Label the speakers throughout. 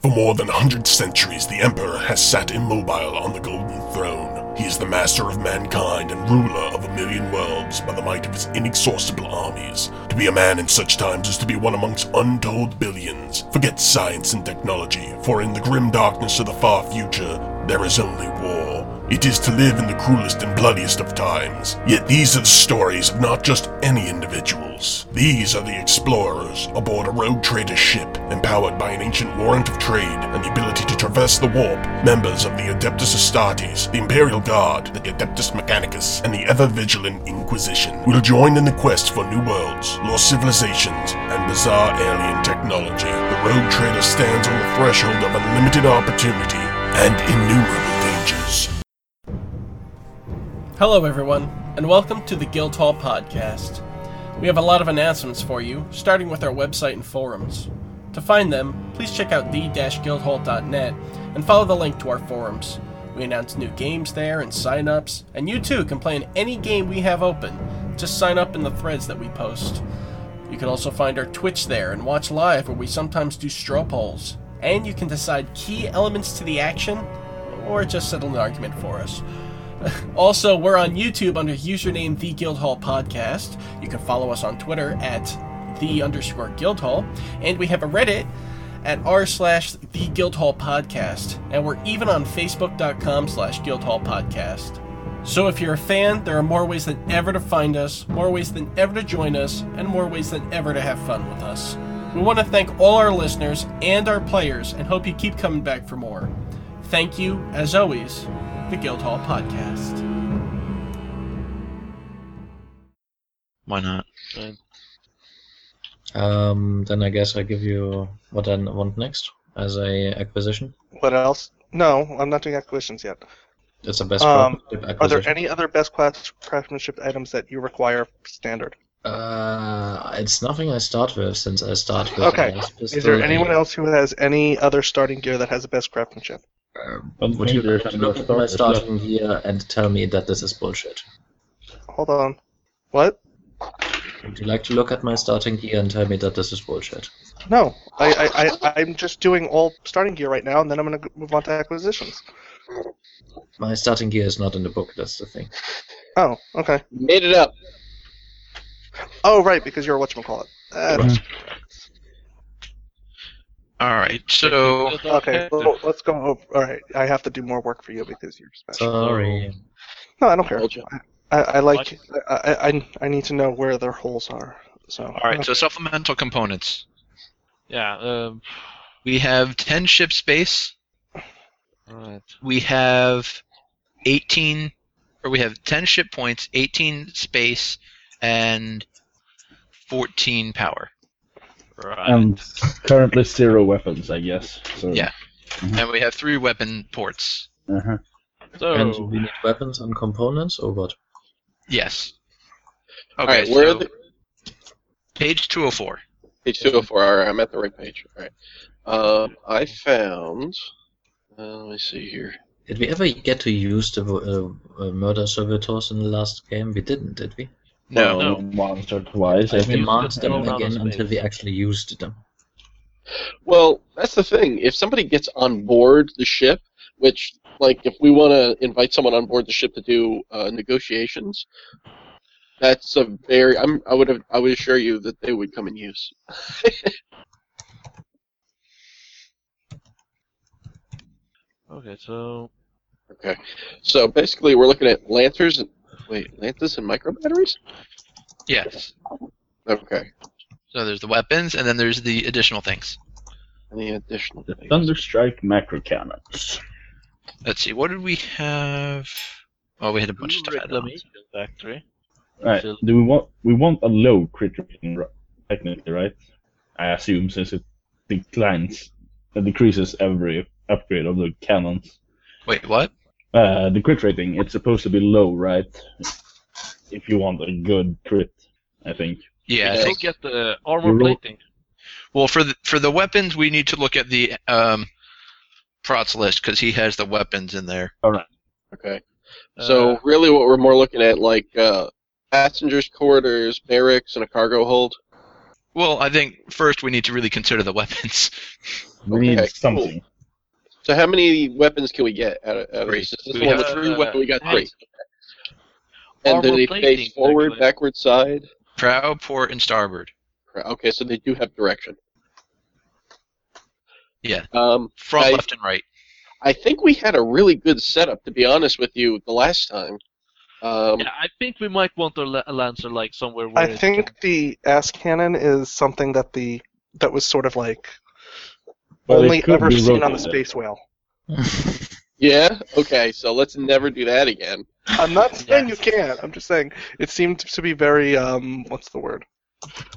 Speaker 1: For more than a hundred centuries, the Emperor has sat immobile on the Golden Throne. He is the master of mankind and ruler of a million worlds by the might of his inexhaustible armies. To be a man in such times is to be one amongst untold billions. Forget science and technology, for in the grim darkness of the far future, there is only war. It is to live in the cruelest and bloodiest of times. Yet these are the stories of not just any individuals. These are the explorers aboard a rogue trader ship, empowered by an ancient warrant of trade and the ability to traverse the warp, members of the Adeptus Astartes, the Imperial Guard, the Adeptus Mechanicus, and the ever vigilant Inquisition will join in the quest for new worlds, lost civilizations, and bizarre alien technology. The rogue trader stands on the threshold of unlimited opportunity and innumerable dangers.
Speaker 2: Hello, everyone, and welcome to the Guildhall Podcast. We have a lot of announcements for you, starting with our website and forums. To find them, please check out the guildhall.net and follow the link to our forums. We announce new games there and sign ups, and you too can play in any game we have open. Just sign up in the threads that we post. You can also find our Twitch there and watch live where we sometimes do straw polls. And you can decide key elements to the action or just settle an argument for us. Also, we're on YouTube under username The Guildhall Podcast. You can follow us on Twitter at The underscore Guildhall. And we have a Reddit at r slash The Guildhall Podcast. And we're even on Facebook.com slash Guildhall Podcast. So if you're a fan, there are more ways than ever to find us, more ways than ever to join us, and more ways than ever to have fun with us. We want to thank all our listeners and our players and hope you keep coming back for more. Thank you, as always, the Guildhall Podcast.
Speaker 3: Why not? Uh,
Speaker 4: Um, then I guess I give you what I want next as a acquisition.
Speaker 5: What else? No, I'm not doing acquisitions yet.
Speaker 4: It's the best
Speaker 5: Um,
Speaker 4: craftsmanship
Speaker 5: Are there
Speaker 4: acquisition.
Speaker 5: any other best class craftsmanship items that you require standard?
Speaker 4: Uh, it's nothing I start with since I start with.
Speaker 5: Okay.
Speaker 4: an ice pistol
Speaker 5: Is there
Speaker 4: and-
Speaker 5: anyone else who has any other starting gear that has the best craftsmanship?
Speaker 4: But
Speaker 3: Would
Speaker 4: maybe
Speaker 3: you
Speaker 4: Uh, you
Speaker 3: recommend
Speaker 4: look
Speaker 3: a
Speaker 4: at my
Speaker 3: start-
Speaker 4: starting gear and tell me that this is bullshit.
Speaker 5: Hold on. What?
Speaker 4: Would you like to look at my starting gear and tell me that this is bullshit?
Speaker 5: No. I, I, I, I'm just doing all starting gear right now, and then I'm going to move on to acquisitions.
Speaker 4: My starting gear is not in the book. That's the thing.
Speaker 5: Oh, okay.
Speaker 6: Made it up.
Speaker 5: Oh, right, because you're a whatchamacallit. Uh,
Speaker 3: all right. So
Speaker 5: okay, well, let's go over. All right, I have to do more work for you because you're special.
Speaker 4: Sorry.
Speaker 5: No, I don't care.
Speaker 6: Told you.
Speaker 5: I, I like. I, I, I- I need to know where their holes are. So.
Speaker 3: all right. So supplemental components.
Speaker 7: Yeah. Um,
Speaker 3: We have ten ship space.
Speaker 7: all right.
Speaker 3: We have eighteen, or we have ten ship points, eighteen space, and fourteen power.
Speaker 7: Right.
Speaker 8: And currently zero weapons, I guess. So
Speaker 3: Yeah. And we have three weapon ports.
Speaker 8: uh
Speaker 4: And
Speaker 7: so
Speaker 4: we need weapons and components or what?
Speaker 3: Yes.
Speaker 6: All
Speaker 3: Okay.
Speaker 6: right, where
Speaker 3: so
Speaker 6: are the
Speaker 3: page two hundred four.
Speaker 6: page two hundred four? All right, I'm at the right page. All right. Um, I found. Uh, let me see here.
Speaker 4: Did we ever get to use the uh, uh, murder servitors in the last game? We didn't, did we?
Speaker 6: No.
Speaker 7: No.
Speaker 8: Once or twice. I
Speaker 4: I
Speaker 8: think.
Speaker 4: marked
Speaker 7: the
Speaker 4: them
Speaker 7: total
Speaker 4: again
Speaker 7: amount of
Speaker 4: until
Speaker 7: space.
Speaker 4: we actually used them.
Speaker 6: Well, that's the thing. If somebody gets on board the ship, which like if we want to invite someone on board the ship to do uh, negotiations, that's a very. I'm. I would have. I would assure you that they would come and use.
Speaker 7: Okay. So
Speaker 6: Okay. So basically, we're looking at lanterns. And, wait, lanterns and micro batteries.
Speaker 3: Yes.
Speaker 6: Okay.
Speaker 3: So there's the weapons, and then there's the additional things.
Speaker 6: Any additional?
Speaker 8: The
Speaker 6: things?
Speaker 8: Thunderstrike macro cannons.
Speaker 3: Let's see. What did we have? Oh, we had a bunch of
Speaker 7: Blue
Speaker 3: stuff.
Speaker 7: reclamation factory.
Speaker 8: Right.
Speaker 7: Still-
Speaker 8: Do we want we want a low critical rate, technically, right? I assume since it declines, uh, decreases every upgrade of the cannons.
Speaker 3: Wait, what?
Speaker 8: Uh, the crit rating, it's supposed to be low, right? If you want a good crit, I think.
Speaker 3: Yeah, I
Speaker 7: You
Speaker 3: think
Speaker 7: don't get the armor
Speaker 8: You roll-
Speaker 7: plating.
Speaker 3: Well, for the for the weapons, we need to look at the um, prots list because he has the weapons in there.
Speaker 8: All right.
Speaker 6: Okay. So really, what we're more looking at, like uh, passengers' quarters, barracks, and a cargo hold.
Speaker 3: Well, I think first we need to really consider the weapons.
Speaker 8: We
Speaker 6: Okay,
Speaker 8: need
Speaker 6: cool.
Speaker 8: something.
Speaker 6: So how many weapons can we get out of, out of
Speaker 3: Three.
Speaker 6: this? Is this the
Speaker 3: We
Speaker 6: one
Speaker 3: have,
Speaker 6: with three
Speaker 7: uh,
Speaker 6: weapons? We got three.
Speaker 7: eight.
Speaker 6: And do
Speaker 7: Armor
Speaker 6: they
Speaker 7: plating,
Speaker 6: face forward,
Speaker 7: actually.
Speaker 6: backward, side?
Speaker 3: Prow, port, and starboard.
Speaker 6: Okay, so they do have direction.
Speaker 3: Yeah,
Speaker 6: Um,
Speaker 3: front,
Speaker 6: I-
Speaker 3: left, and right.
Speaker 6: I think we had a really good setup, to be honest with you, the last time. Um,
Speaker 7: Yeah, I think we might want a, la- a lancer like somewhere where
Speaker 5: I
Speaker 7: it
Speaker 5: think
Speaker 7: can-
Speaker 5: the ass cannon is something that the that was sort of like
Speaker 8: Well, it
Speaker 5: only
Speaker 8: could
Speaker 5: ever
Speaker 8: be
Speaker 5: seen on the
Speaker 8: rotated.
Speaker 5: space whale.
Speaker 6: yeah? Okay, so let's never do that again.
Speaker 5: I'm not saying you can't. I'm just saying it seemed to be very um what's the word?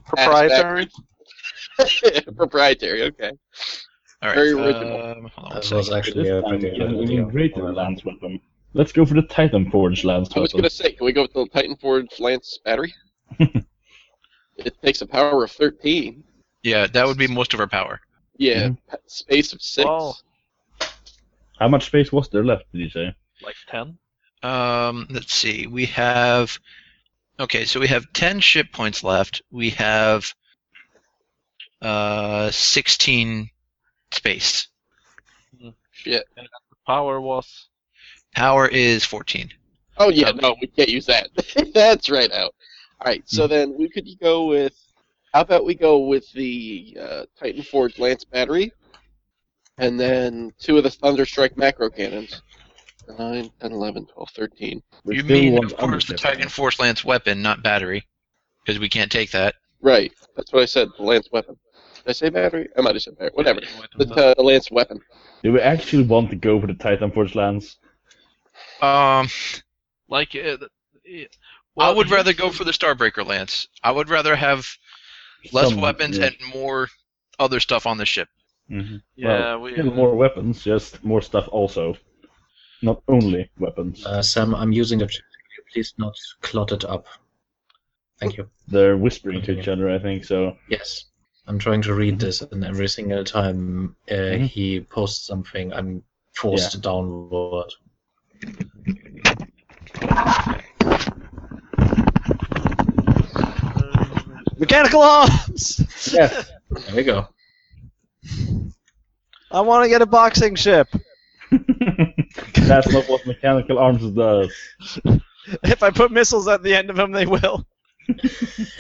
Speaker 5: Proprietary.
Speaker 6: Proprietary, okay.
Speaker 3: All right.
Speaker 6: Very original.
Speaker 3: um, hold on one
Speaker 4: That
Speaker 3: second.
Speaker 4: was actually
Speaker 8: This
Speaker 4: a
Speaker 8: time,
Speaker 4: pretty
Speaker 8: we
Speaker 4: good
Speaker 8: need- we
Speaker 4: idea.
Speaker 8: need greater lance weapon. Let's go for the Titan Forge lance
Speaker 6: I was going
Speaker 8: weapon.
Speaker 6: to say, can we go with the Titan Forge Lance battery? it takes a power of 13.
Speaker 3: Yeah, that would be most of our power.
Speaker 6: Yeah, pa- space of 6.
Speaker 7: Oh.
Speaker 8: How much space was there left? Did you say?
Speaker 7: like ten.
Speaker 3: Um, let's see. We have okay, so we have ten ship points left. We have uh sixteen space.
Speaker 6: Shit.
Speaker 7: The power was
Speaker 3: Power is fourteen.
Speaker 6: Oh, yeah, no, we can't use that. That's right out. Alright, so then we could go with. How about we go with the uh, Titan Forge Lance battery? And then two of the Thunderstrike macro cannons. 9, 10, 11, 12, 13.
Speaker 8: We
Speaker 3: you
Speaker 8: still
Speaker 3: mean
Speaker 8: want
Speaker 3: of course the
Speaker 8: undership.
Speaker 3: Titan Force Lance weapon, not battery. Because we can't take that.
Speaker 6: Right. That's what I said. The lance weapon. Did I say battery? I might have said battery. Whatever.
Speaker 7: Yeah, wait a
Speaker 6: The,
Speaker 7: minute.
Speaker 6: uh, the lance weapon.
Speaker 8: Do we actually want to go for the Titan Forge lance?
Speaker 3: Um
Speaker 7: like. Uh, th- yeah.
Speaker 3: I
Speaker 7: Well,
Speaker 3: would rather
Speaker 7: here's-
Speaker 3: go for the Starbreaker Lance. I would rather have less
Speaker 8: Some-
Speaker 3: weapons
Speaker 8: yeah.
Speaker 3: and more other stuff on the ship.
Speaker 8: Mhm.
Speaker 7: Yeah,
Speaker 8: Well,
Speaker 7: we. uh,
Speaker 8: still more weapons, just more stuff also. Not only weapons.
Speaker 4: Uh, Sam, I'm using the objective. Can you Please not clot it up. Thank you.
Speaker 8: They're whispering to
Speaker 4: Continue.
Speaker 8: each other, I think. So Mm-hmm.
Speaker 4: Yes. I'm trying to read this, and every single time uh,
Speaker 8: Mhm.
Speaker 4: he posts something, I'm forced downward.
Speaker 9: Mechanical arms!
Speaker 8: yes,
Speaker 4: There we go.
Speaker 9: I want to get a boxing ship.
Speaker 8: that's not what mechanical arms does.
Speaker 9: If I put missiles at the end of them, they will.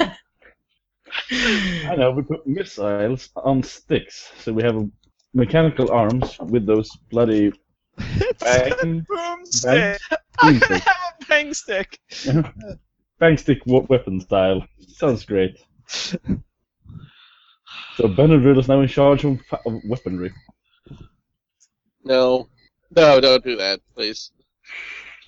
Speaker 8: I know we put missiles on sticks, so we have mechanical arms with those bloody bang,
Speaker 9: Boom
Speaker 8: bang,
Speaker 9: stick.
Speaker 8: boom
Speaker 9: I'm
Speaker 8: stick.
Speaker 9: gonna have a bang stick.
Speaker 8: bang stick wa- weapon style. Sounds great. So Benadryl is now in charge of, fa- of weaponry.
Speaker 6: No. No, don't do that, please.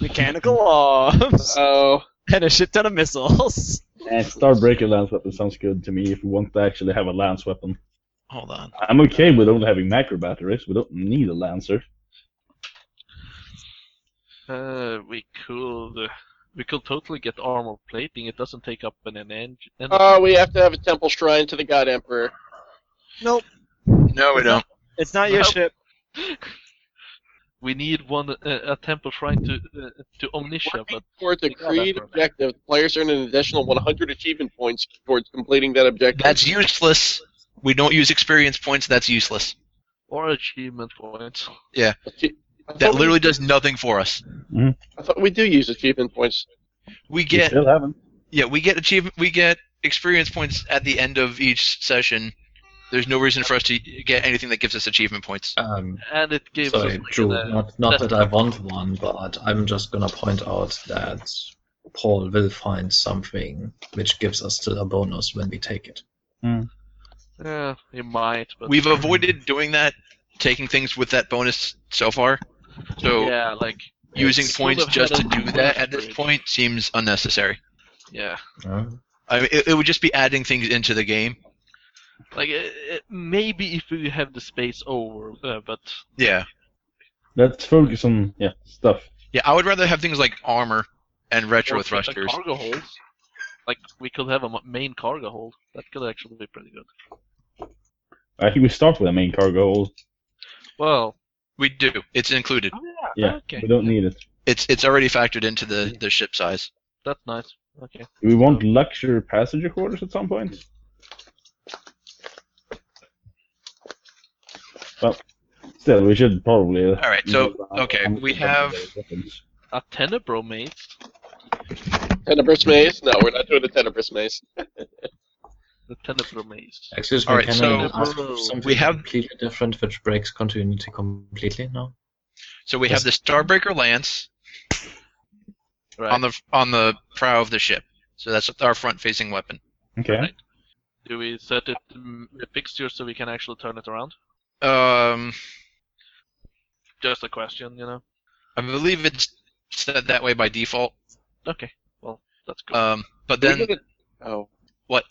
Speaker 9: Mechanical arms
Speaker 6: Oh.
Speaker 9: and a shit ton of missiles.
Speaker 8: And Eh, Starbreaker lance weapon sounds good to me if we want to actually have a lance weapon.
Speaker 3: Hold on.
Speaker 8: I'm okay with only having macro batteries. We don't need a lancer.
Speaker 7: Uh, we could. uh, We could totally get armor plating. It doesn't take up an engine.
Speaker 5: Uh,
Speaker 6: Oh, we have to have a temple shrine to the god emperor.
Speaker 9: Nope,
Speaker 3: No, we don't.
Speaker 9: it's not your
Speaker 7: No.
Speaker 9: ship.
Speaker 7: we need one uh, a temple shrine to uh, to Omnisha,
Speaker 6: Working
Speaker 7: but
Speaker 6: toward the
Speaker 7: the God
Speaker 6: creed
Speaker 7: Emperor.
Speaker 6: objective, the players earn an additional 100 achievement points towards completing that objective.
Speaker 3: That's useless. We don't use experience points. That's useless.
Speaker 7: or achievement points.
Speaker 6: I thought
Speaker 3: That
Speaker 6: we-
Speaker 3: literally does nothing for us.
Speaker 4: Mm-hmm.
Speaker 6: I thought we do use achievement points.
Speaker 3: We
Speaker 8: We
Speaker 3: get
Speaker 8: still haven't.
Speaker 3: yeah, we get achievement, we get experience points at the end of each session. There's no reason for us to get anything that gives us achievement points.
Speaker 4: Um,
Speaker 7: And it gives us
Speaker 4: Sorry,
Speaker 7: like,
Speaker 4: true.
Speaker 7: an, uh,
Speaker 4: Not, not that
Speaker 7: that's-
Speaker 4: I want one, but I'm just gonna point out that Paul will find something which gives us still a bonus when we take it.
Speaker 7: Yeah, you might. But
Speaker 3: We've avoided doing that, taking things with that bonus so far. So
Speaker 7: yeah, like
Speaker 3: using
Speaker 7: it's
Speaker 3: points
Speaker 7: sort of
Speaker 3: just to
Speaker 7: had a
Speaker 3: do that at this
Speaker 7: upgrade.
Speaker 3: point seems unnecessary.
Speaker 7: yeah,
Speaker 4: huh?
Speaker 3: I mean, it, it would just be adding things into the game.
Speaker 7: Like uh, uh, maybe if we have the space over, uh, but
Speaker 3: Yeah.
Speaker 8: Let's focus on yeah stuff.
Speaker 3: Yeah, I would rather have things like armor and retro
Speaker 7: Or put a
Speaker 3: thrusters.
Speaker 7: Cargo holds. Like we could have a m- main cargo hold. That could actually be pretty good.
Speaker 8: I think we start with the main cargo.
Speaker 7: Well, oh,
Speaker 3: we do. It's included.
Speaker 8: Yeah, we don't need it.
Speaker 3: It's it's already factored into the, the ship size.
Speaker 7: That's nice. Okay.
Speaker 8: Do we want luxury passenger quarters at some point? Well, still, we should probably. uh, All
Speaker 3: right. So okay, we have
Speaker 7: a tenebro maze.
Speaker 6: Tenebris maze? No, we're not doing the tenebris maze.
Speaker 7: The tenebro maze.
Speaker 4: Excuse me, can I ask something completely different which breaks continuity completely now?
Speaker 3: So we have the Starbreaker Lance on the on the prow of the ship. So that's our front facing weapon.
Speaker 8: Okay.
Speaker 7: Do we set it mm, the fixture so we can actually turn it around?
Speaker 3: Um,
Speaker 7: Just a question, you know.
Speaker 3: I believe it's set that way by default.
Speaker 7: Okay. Well, that's
Speaker 3: cool. Um, but
Speaker 6: Can
Speaker 3: then
Speaker 6: we get a- oh,
Speaker 3: what?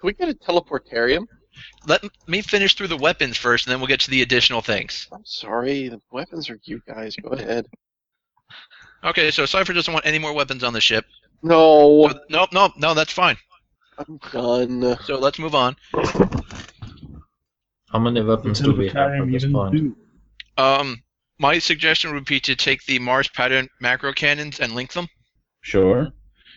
Speaker 6: Can we get a teleportarium?
Speaker 3: Let me finish through the weapons first, and then we'll get to the additional things.
Speaker 6: I'm sorry, the weapons are you guys. Go ahead.
Speaker 3: Okay, so Cypher doesn't want any more weapons on the ship.
Speaker 6: No.
Speaker 3: No, no, no, that's fine.
Speaker 6: I'm done.
Speaker 3: So let's move on.
Speaker 4: How many weapons do we have at this point?
Speaker 3: Um, my suggestion would be to take the Mars pattern macro cannons and link them
Speaker 8: Sure.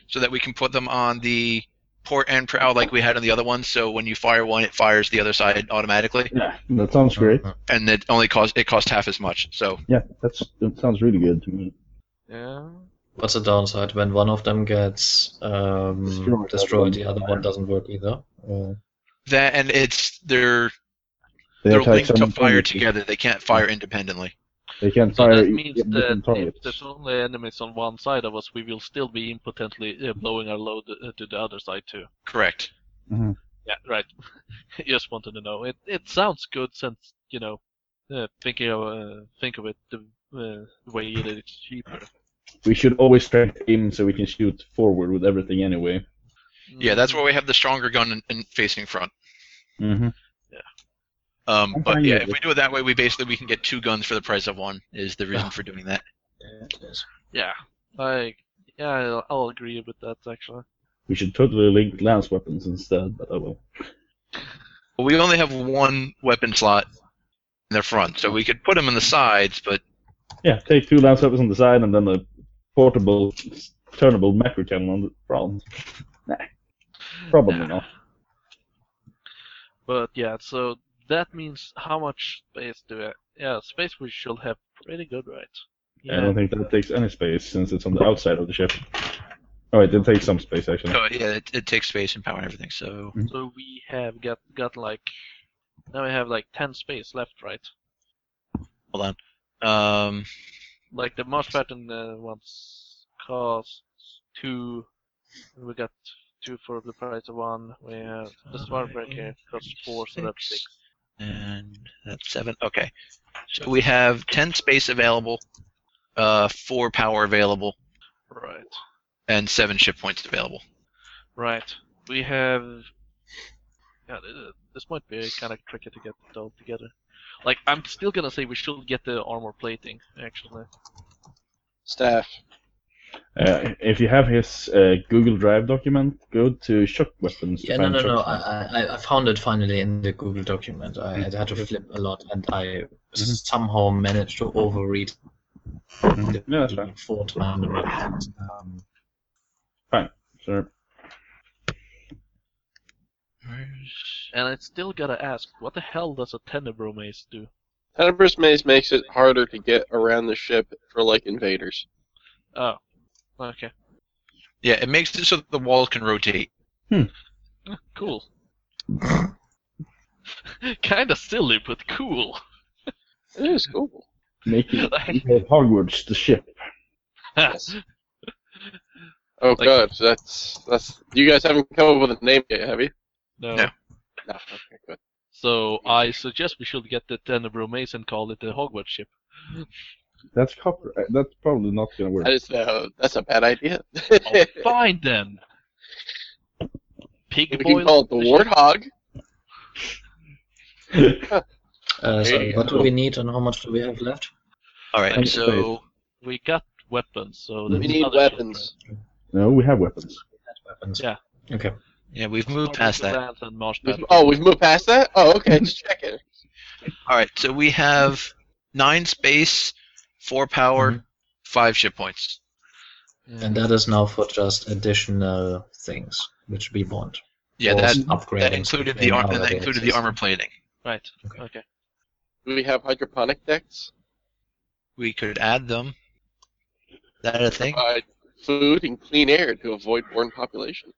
Speaker 3: so that we can put them on the port and prow like we had on the other one. So when you fire one, it fires the other side automatically,
Speaker 8: That sounds great.
Speaker 3: and it only cost it cost half as much. So
Speaker 8: Yeah, that's that sounds really good to me.
Speaker 7: Yeah.
Speaker 4: What's the downside when one of them gets um,
Speaker 8: Destroyed,
Speaker 4: destroyed,
Speaker 8: that
Speaker 4: the other one doesn't work either? Uh,
Speaker 3: that and it's they're
Speaker 8: They
Speaker 3: they're
Speaker 8: attack
Speaker 3: linked to
Speaker 8: someone
Speaker 3: fire
Speaker 8: independently.
Speaker 3: together. They can't fire independently.
Speaker 8: They can
Speaker 7: So
Speaker 8: fire
Speaker 7: that
Speaker 8: each
Speaker 7: means
Speaker 8: at
Speaker 7: that
Speaker 8: different
Speaker 7: if
Speaker 8: targets.
Speaker 7: there's only enemies on one side of us, we will still be impotently uh, blowing our load uh, to the other side too.
Speaker 3: Correct.
Speaker 8: Mhm.
Speaker 7: Yeah, right. Just wanted to know. It it sounds good since you know, uh, thinking of uh, think of it the uh, way that it's cheaper.
Speaker 8: We should always try to aim so we can shoot forward with everything anyway.
Speaker 3: Yeah, that's why we have the stronger gun in, in facing front.
Speaker 8: Mm-hmm.
Speaker 3: Um,
Speaker 8: I'm
Speaker 3: but
Speaker 8: fine
Speaker 3: yeah,
Speaker 8: with
Speaker 3: if we do it that way, we basically we can get two guns for the price of one. Is the reason for doing that?
Speaker 7: Yeah, I yeah I'll, I'll agree with that actually.
Speaker 8: We should totally link lance weapons instead, but oh well.
Speaker 3: Well, we only have one weapon slot in the front, so we could put them in the sides, but
Speaker 8: Yeah, take two lance weapons on the side and then a portable, turnable macro cannon on the front. Nah, probably not.
Speaker 7: But yeah, so that means how much space do I? Yeah, space we should have pretty good, right?
Speaker 8: I don't think that takes any space since it's on the outside of the ship. Oh, it did take some space actually.
Speaker 3: so, yeah, it, it takes space and power and everything. So
Speaker 8: Mm-hmm.
Speaker 7: So we have got got like now we have like ten space left, right?
Speaker 3: hold on. Um,
Speaker 7: Like the Mars pattern uh, ones costs two. We got two for the price of one. We have the Starbreaker costs four, so that's six.
Speaker 3: and that's seven. Okay, so we have ten space available, uh, four power available,
Speaker 7: Right,
Speaker 3: and seven ship points available.
Speaker 7: right. We have. Yeah, th- th- this might be kind of tricky to get it all together. Like I'm still gonna say we should get the armor plating actually.
Speaker 6: Staff.
Speaker 8: Uh, if you have his uh, Google Drive document, go to shock weapons. to
Speaker 4: Yeah, no,
Speaker 8: find
Speaker 4: no,
Speaker 8: shock
Speaker 4: no.
Speaker 8: weapons.
Speaker 4: I, I, I found it finally in the Google document. I had had to flip a lot, and I somehow managed to overread the four times. Um,
Speaker 8: Fine, sure.
Speaker 7: And I still gotta ask, what the hell does a tenebro maze do?
Speaker 6: Tenebris maze makes it harder to get around the ship for like invaders.
Speaker 7: Oh, okay,
Speaker 3: Yeah, it makes it so that the walls can rotate.
Speaker 7: cool. kind of silly, but cool.
Speaker 6: It is cool.
Speaker 8: Make it make it Hogwarts the ship.
Speaker 6: Oh god, that's that's you guys haven't come up with a name yet, have you?
Speaker 7: No.
Speaker 3: No.
Speaker 6: No, okay, good.
Speaker 7: So I suggest we should get the tenebro maze and call it the Hogwarts ship.
Speaker 8: That's copper. uh, That's probably not gonna work.
Speaker 6: That is uh, that's a bad idea.
Speaker 7: Oh, fine then. Pig
Speaker 6: we
Speaker 7: boy.
Speaker 6: can call it the Warthog.
Speaker 4: Uh, so
Speaker 7: Hey.
Speaker 4: what do we need and how much do we have left?
Speaker 3: All right,
Speaker 4: And
Speaker 3: so
Speaker 7: We got weapons, so
Speaker 4: We
Speaker 7: that's
Speaker 4: need
Speaker 7: another shield,
Speaker 6: weapons.
Speaker 8: No, we have weapons.
Speaker 4: Weapons.
Speaker 7: Yeah.
Speaker 4: Okay.
Speaker 3: Yeah, we've moved past that.
Speaker 7: Lance and Marsh
Speaker 6: We've- oh, we've moved past that. Oh, okay. Just check it.
Speaker 3: All right, so we have nine space, four power, five ship points.
Speaker 4: And that is now for just additional things which we want.
Speaker 3: Yeah,
Speaker 4: Or
Speaker 3: that,
Speaker 4: upgrades
Speaker 3: that included the
Speaker 4: between
Speaker 3: armor.
Speaker 4: our
Speaker 3: That included the
Speaker 4: bases.
Speaker 3: armor plating.
Speaker 7: Right. Okay.
Speaker 6: Do we have hydroponic decks?
Speaker 3: We could add them. That a thing?
Speaker 6: Provide food and clean air to avoid born population.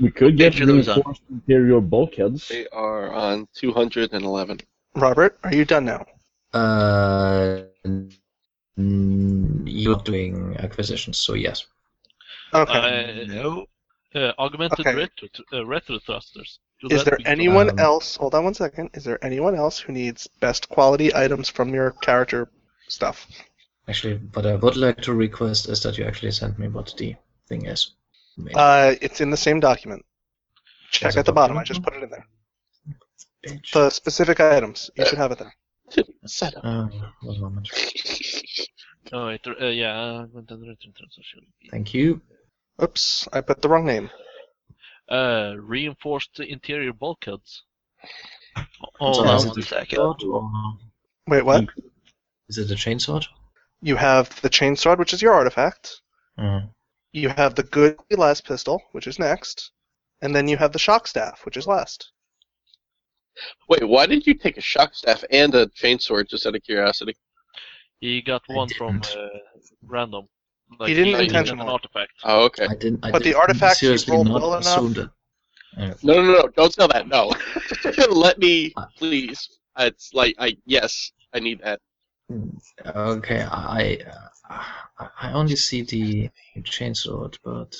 Speaker 8: We could get
Speaker 6: Picture those on.
Speaker 8: reinforced interior bulkheads.
Speaker 6: They are on 211.
Speaker 5: Robert, are you done now?
Speaker 4: Uh, mm, you're doing acquisitions, so yes.
Speaker 7: Okay.
Speaker 3: no.
Speaker 7: Uh, augmented
Speaker 5: Okay.
Speaker 7: retro, uh, retro thrusters. Do
Speaker 5: Is
Speaker 7: that
Speaker 5: there
Speaker 7: we can-
Speaker 5: anyone
Speaker 8: Um,
Speaker 5: else? Hold on one second. Is there anyone else who needs best quality items from your character stuff?
Speaker 4: Actually, what I would like to request is that you actually send me what the thing is.
Speaker 5: Uh, it's in the same document. Check
Speaker 4: Is
Speaker 5: at
Speaker 4: it
Speaker 5: the bottom. I
Speaker 4: document
Speaker 5: just put it in there. The specific items. You should have it there.
Speaker 6: Set
Speaker 4: up. Uh, one moment.
Speaker 7: Oh, it, uh, yeah, augmented retro thrusters. should be.
Speaker 4: Thank you.
Speaker 5: Oops, I put the wrong name.
Speaker 7: Uh, reinforced interior bulkheads.
Speaker 4: So
Speaker 7: Hold
Speaker 4: is
Speaker 7: on
Speaker 4: it
Speaker 7: one
Speaker 4: a
Speaker 7: second.
Speaker 4: sword or-
Speaker 5: Wait, what?
Speaker 4: Is it a chainsword?
Speaker 5: You have the chainsword, which is your artifact.
Speaker 4: Mm.
Speaker 5: You have the good las pistol, which is next, and then you have the shock staff, which is last.
Speaker 6: Wait, why did you take a shock staff and a chainsword just out of curiosity?
Speaker 7: He got one from uh, random. Like,
Speaker 5: didn't
Speaker 7: got
Speaker 5: intentionally.
Speaker 7: An artifact.
Speaker 6: Oh, okay.
Speaker 4: I didn't. I
Speaker 5: But the
Speaker 4: didn't
Speaker 5: artifact you
Speaker 4: seriously
Speaker 5: rolled
Speaker 4: not
Speaker 5: well enough-
Speaker 4: assumed it. Uh,
Speaker 6: No, no, no, no, don't sell that. No, let me, please. It's like I yes, I need that.
Speaker 4: Okay, I uh, I only see the chainsword, but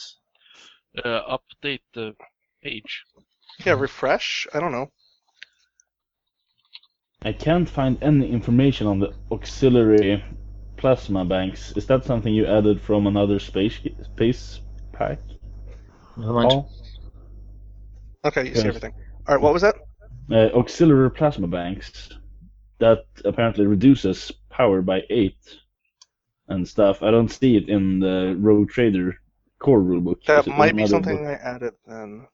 Speaker 7: Uh, update the page.
Speaker 5: Yeah, refresh. I don't know.
Speaker 8: I can't find any information on the auxiliary plasma banks. Is that something you added from another space space pack? Oh,
Speaker 4: Never mind.
Speaker 8: Paul?
Speaker 5: Okay, you
Speaker 8: Yes.
Speaker 5: see everything. All right, what was that?
Speaker 8: Uh, auxiliary plasma banks that apparently reduces power by eight and stuff. I don't see it in the Rogue Trader core rulebook.
Speaker 5: That
Speaker 8: Is it in
Speaker 5: might be
Speaker 8: another
Speaker 5: something
Speaker 8: book?
Speaker 5: I added then,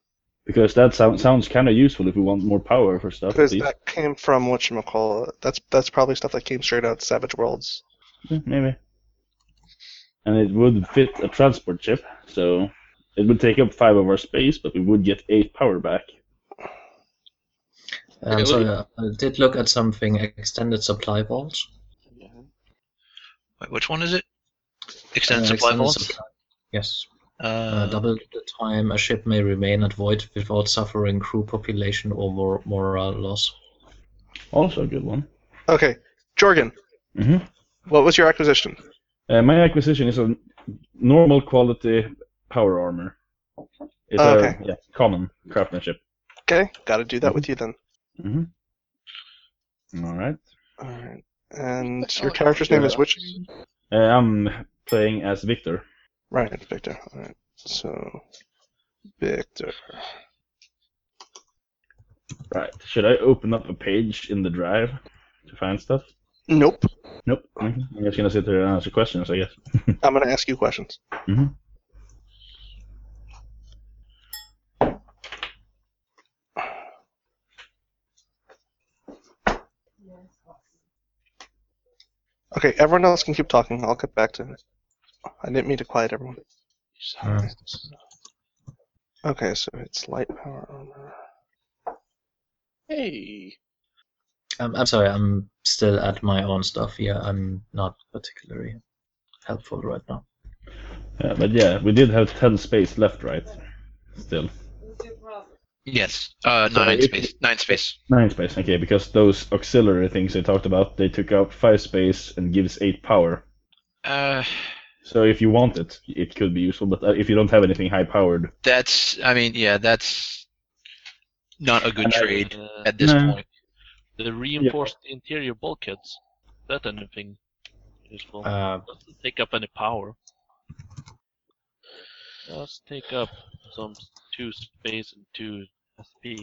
Speaker 8: Because that sound, sounds kind of useful if we want more power for stuff.
Speaker 5: because
Speaker 8: at least.
Speaker 5: that came from whatchamacallit. That's that's probably stuff that came straight out Savage Worlds.
Speaker 8: Yeah, maybe. And it would fit a transport ship, so it would take up five of our space, but we would get eight power back.
Speaker 4: um, sorry, I I did look at something extended supply vaults.
Speaker 3: Wait, which one is it? Extend
Speaker 4: Uh,
Speaker 3: supply
Speaker 4: extended
Speaker 3: vaults.
Speaker 4: supply- Yes.
Speaker 3: Uh,
Speaker 4: Uh, double the time a ship may remain at void without suffering crew population or mor- morale loss.
Speaker 8: Also a good one.
Speaker 5: Okay, Jorgen,
Speaker 8: hmm
Speaker 5: what was your acquisition?
Speaker 8: Uh, my acquisition is a normal quality power armor. It's a
Speaker 5: Oh, okay.
Speaker 8: yeah, common craftsmanship.
Speaker 5: Okay, got to do that with you then.
Speaker 8: hmm Mm-hmm. All right.
Speaker 5: All right, and your character's name is which?
Speaker 8: Uh, I'm playing as Victor.
Speaker 5: Right, it's Victor. All right, so Victor.
Speaker 8: Right. Should I open up a page in the drive to find stuff?
Speaker 5: Nope.
Speaker 8: Nope. Mhm. I'm just gonna sit there and answer questions, I guess.
Speaker 5: I'm gonna ask you questions.
Speaker 8: hmm
Speaker 5: Okay, everyone else can keep talking. I'll get back to it. I didn't mean to quiet everyone. Okay, so it's light power armor.
Speaker 6: Hey,
Speaker 4: Um, I'm sorry, I'm still at my own stuff here. I'm not particularly helpful right now.
Speaker 8: Yeah, but yeah, we did have ten space left, right? Still
Speaker 3: Yes. Uh,
Speaker 8: So
Speaker 3: nine
Speaker 8: if-
Speaker 3: space. Nine space.
Speaker 8: nine space. Okay, because those auxiliary things I talked about, they took out five space and gives eight power.
Speaker 3: Uh,
Speaker 8: So if you want it, it could be useful. But uh, if you don't have anything high powered,
Speaker 3: that's. I mean, yeah, that's not a good
Speaker 8: And I-
Speaker 3: trade
Speaker 7: Uh,
Speaker 3: at this
Speaker 8: No.
Speaker 3: point.
Speaker 7: the reinforced interior bulkheads. That anything useful?
Speaker 4: Uh,
Speaker 7: Doesn't take up any power. Just take up some two space and two SP.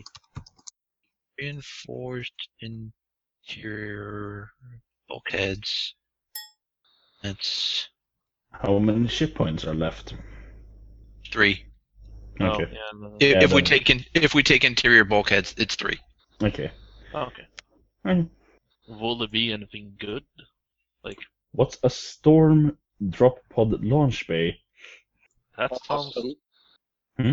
Speaker 3: Reinforced interior bulkheads. That's
Speaker 8: How many ship points are left?
Speaker 3: three. Oh,
Speaker 8: Okay.
Speaker 3: If,
Speaker 8: Oh, Yeah,
Speaker 3: if we
Speaker 8: then-
Speaker 3: take in, if we take interior bulkheads, it's three.
Speaker 8: Okay.
Speaker 7: Okay.
Speaker 8: Mhm.
Speaker 7: Will there be anything good? Like
Speaker 8: What's a storm drop pod launch bay?
Speaker 7: that sounds
Speaker 6: Awesome.
Speaker 8: Hmm?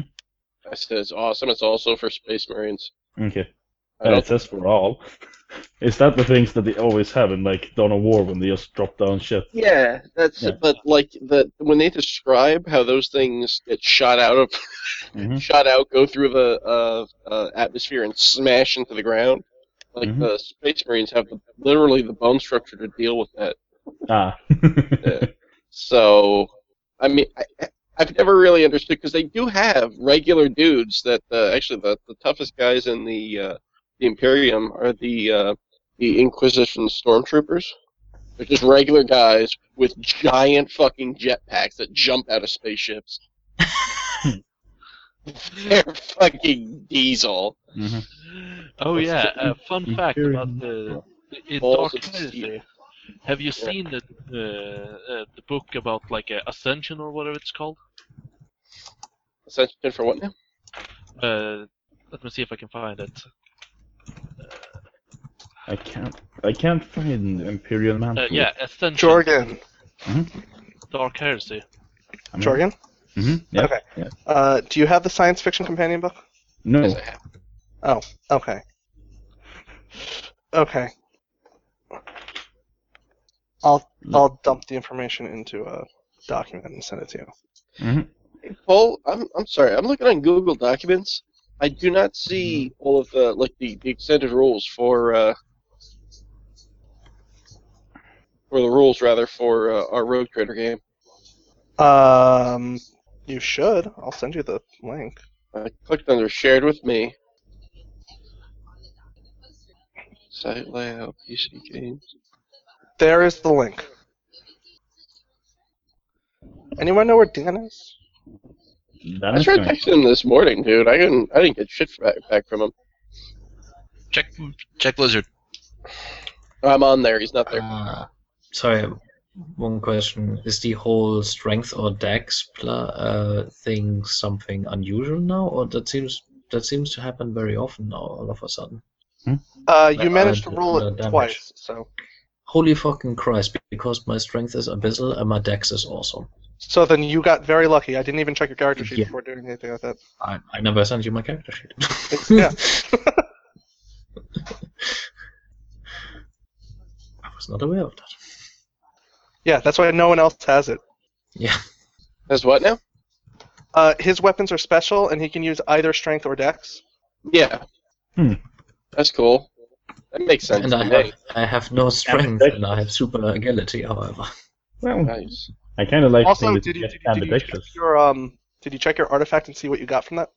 Speaker 6: I said it's awesome. It's also for Space Marines.
Speaker 8: Okay.
Speaker 6: I
Speaker 8: Uh,
Speaker 6: don't
Speaker 8: it says for all. Is that the things that they always have in like Dawn of War when they just drop down shit?
Speaker 6: Yeah, that's
Speaker 8: Yeah.
Speaker 6: but like the when they describe how those things get shot out of
Speaker 8: Mhm.
Speaker 6: shot out, go through the uh, uh, atmosphere and smash into the ground. Like
Speaker 8: Mm-hmm.
Speaker 6: the Space Marines have the, literally the bone structure to deal with that.
Speaker 8: Ah.
Speaker 6: So, I mean, I, I- I've never really understood because they do have regular dudes that uh, actually the, the toughest guys in the uh, the Imperium are the uh, the Inquisition stormtroopers. They're just regular guys with giant fucking jetpacks that jump out of spaceships. They're fucking diesel.
Speaker 7: Oh
Speaker 6: What's
Speaker 7: yeah,
Speaker 6: the
Speaker 7: uh, fun fact about the in
Speaker 6: Balls
Speaker 7: Dark
Speaker 6: of
Speaker 7: Heresy. Have you seen the uh, uh, the book about like uh, Ascension or whatever it's called?
Speaker 6: Ascension for what now?
Speaker 7: Uh, let me see if I can find it.
Speaker 8: I can't. I can't find Imperial Mm-hmm. man.
Speaker 7: Uh, yeah, Ascension.
Speaker 5: Jorgen.
Speaker 7: Dark Heresy.
Speaker 5: Jorgen?
Speaker 8: Mm-hmm. Yeah.
Speaker 5: Okay.
Speaker 8: Yeah.
Speaker 5: Uh, do you have the science fiction companion book?
Speaker 8: No.
Speaker 5: Oh, okay. Okay. I'll I'll dump the information into a document and send it to you.
Speaker 8: Mm-hmm.
Speaker 6: Hey, Paul, I'm, I'm sorry. I'm looking on Google Documents. I do not see
Speaker 8: Mm-hmm.
Speaker 6: all of the like the, the extended rules for uh, or the rules rather for uh, our Road Trader game.
Speaker 5: Um, you should. I'll send you the link.
Speaker 6: I clicked under Shared with Me. Site layout, PC games.
Speaker 5: There is the link. Anyone know where Dan is?
Speaker 8: That
Speaker 6: I
Speaker 8: is
Speaker 6: tried
Speaker 8: nice.
Speaker 6: texting him this morning, dude. I didn't I didn't get shit back, back from him.
Speaker 3: Check check Blizzard.
Speaker 6: I'm on there. He's not there.
Speaker 4: Uh, sorry, one question. Is the whole strength or dex pl- uh, thing something unusual now, or that seems that seems to happen very often now, all of a sudden?
Speaker 5: Uh,
Speaker 4: Uh,
Speaker 5: you managed to
Speaker 4: uh,
Speaker 5: roll
Speaker 4: uh,
Speaker 5: it
Speaker 4: damage.
Speaker 5: twice, so
Speaker 4: Holy fucking Christ! Because my strength is abysmal and my dex is awesome.
Speaker 5: so then you got very lucky. I didn't even check your character sheet
Speaker 4: Yeah.
Speaker 5: before doing anything like that.
Speaker 4: I, I never sent you my character sheet.
Speaker 5: Yeah.
Speaker 4: I was not aware of that.
Speaker 5: yeah, that's why no one else has it.
Speaker 4: Yeah.
Speaker 6: As what now?
Speaker 5: Uh, his weapons are special, and he can use either strength or dex.
Speaker 6: Yeah.
Speaker 8: Hmm.
Speaker 6: That's cool. That makes sense.
Speaker 4: And
Speaker 6: to
Speaker 4: I
Speaker 6: me.
Speaker 4: have, I have no strength, and I have super agility, however.
Speaker 8: Well,
Speaker 6: Nice.
Speaker 8: I kind of like
Speaker 5: Also,
Speaker 8: seeing
Speaker 5: did you,
Speaker 8: it
Speaker 5: did, you, did you check
Speaker 8: ambidextrous.
Speaker 5: your um? Did you check your artifact and see what you got from that?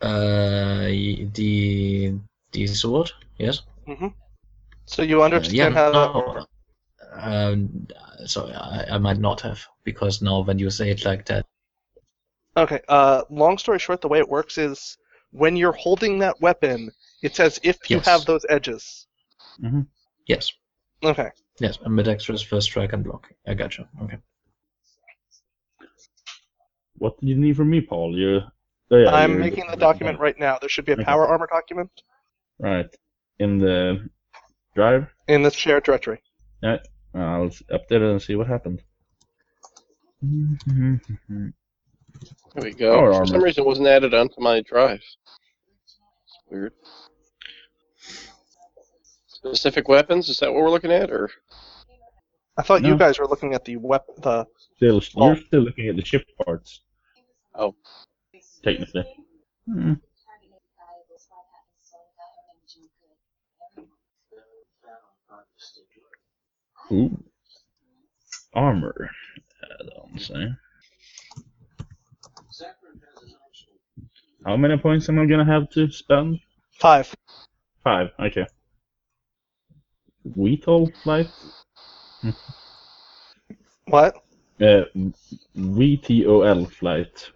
Speaker 4: Uh, the the sword, yes.
Speaker 5: Mm-hmm. So you understand
Speaker 4: Uh,
Speaker 5: how
Speaker 4: yeah, Oh.
Speaker 5: that
Speaker 4: no.
Speaker 5: works.
Speaker 4: Um, sorry, I, I might not have because now when you say it like that,
Speaker 5: Okay. Uh, long story short, the way it works is when you're holding that weapon, it's as if you
Speaker 4: Yes.
Speaker 5: have those edges.
Speaker 4: yes,
Speaker 5: Okay.
Speaker 4: yes, ambidextrous first strike and block. I gotcha. Okay.
Speaker 8: What do you need from me, Paul? You. Oh, yeah,
Speaker 5: I'm
Speaker 8: you're-
Speaker 5: making the document right now. There should be a
Speaker 4: Mm-hmm.
Speaker 8: Okay.
Speaker 5: power armor document
Speaker 8: Right. In the drive.
Speaker 5: in the shared directory.
Speaker 8: I'll s- update it and see what happened.
Speaker 6: There we go.
Speaker 8: Power
Speaker 6: For some
Speaker 8: armor.
Speaker 6: reason, it wasn't added onto my drive. It's weird. Specific weapons? Is that what we're looking at, or
Speaker 5: I thought you
Speaker 8: No.
Speaker 5: guys were looking at the wep- the
Speaker 8: Still,
Speaker 5: Oh.
Speaker 8: you're still looking at the ship parts.
Speaker 6: Oh.
Speaker 8: Technically. Hmm. Ooh. Armor. I don't say. How many points am I gonna have to spend?
Speaker 5: five.
Speaker 8: Five. Okay. Weetle life.
Speaker 5: What?
Speaker 8: Uh, VTOL flight.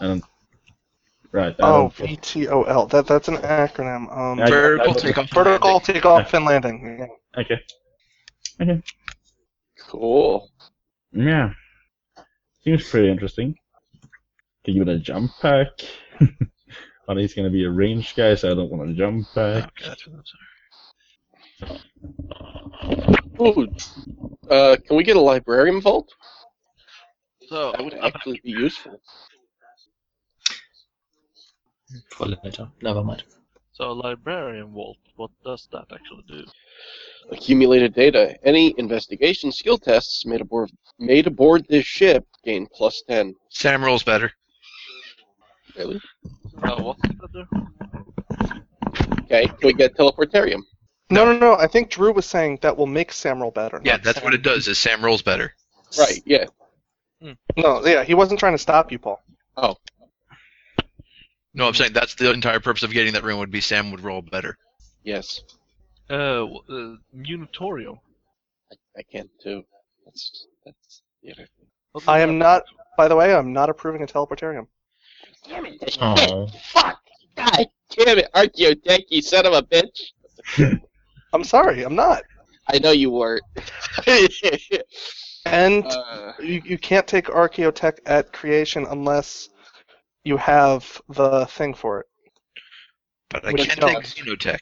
Speaker 8: And Right. I
Speaker 5: Oh,
Speaker 3: Um,
Speaker 8: don't-
Speaker 5: VTOL. That that's an acronym. Um,
Speaker 8: I- I- Vertical takeoff and
Speaker 5: Vertical takeoff and landing. Yeah.
Speaker 8: Okay.
Speaker 6: Cool.
Speaker 8: Yeah. Seems pretty interesting. Can give it a jump pack. but he's gonna be a range guy, so I don't want to jump pack.
Speaker 6: Ooh, uh, can we get a librarian vault?
Speaker 7: So
Speaker 6: That would actually be useful.
Speaker 4: For later. Never mind.
Speaker 7: So librarian vault, what does that actually do?
Speaker 6: Accumulated data. Any investigation skill tests made aboard made aboard this ship gain plus ten.
Speaker 3: Sam rolls better.
Speaker 6: Really?
Speaker 7: Uh, what's that do?
Speaker 6: Okay. Can we get teleportarium?
Speaker 5: No, no, no. I think Drew was saying that will make Sam roll better.
Speaker 3: Yeah,
Speaker 5: not
Speaker 3: that's
Speaker 5: Sam.
Speaker 3: what it does. Is Sam rolls better?
Speaker 6: Right. Yeah.
Speaker 3: Hmm.
Speaker 5: No, yeah, he wasn't trying to stop you, Paul.
Speaker 3: No, I'm saying that's the entire purpose of getting that room would be Sam would roll better.
Speaker 6: Yes.
Speaker 7: Uh, w- uh Munitorio.
Speaker 6: I can too. That's that's. Yeah.
Speaker 7: What does
Speaker 5: I
Speaker 7: that-
Speaker 5: am not. By the way, I'm not approving a teleportarium.
Speaker 6: Damn it!
Speaker 4: Oh.
Speaker 6: Fuck! God damn it, Archeo Deck, you son of a bitch!
Speaker 5: I'm sorry, I'm not.
Speaker 6: I know you weren't.
Speaker 5: And
Speaker 6: uh,
Speaker 5: you, you can't take Archaeotech at creation unless you have the thing for it.
Speaker 3: But I
Speaker 5: Which
Speaker 3: can
Speaker 5: does.
Speaker 3: take Xenotech.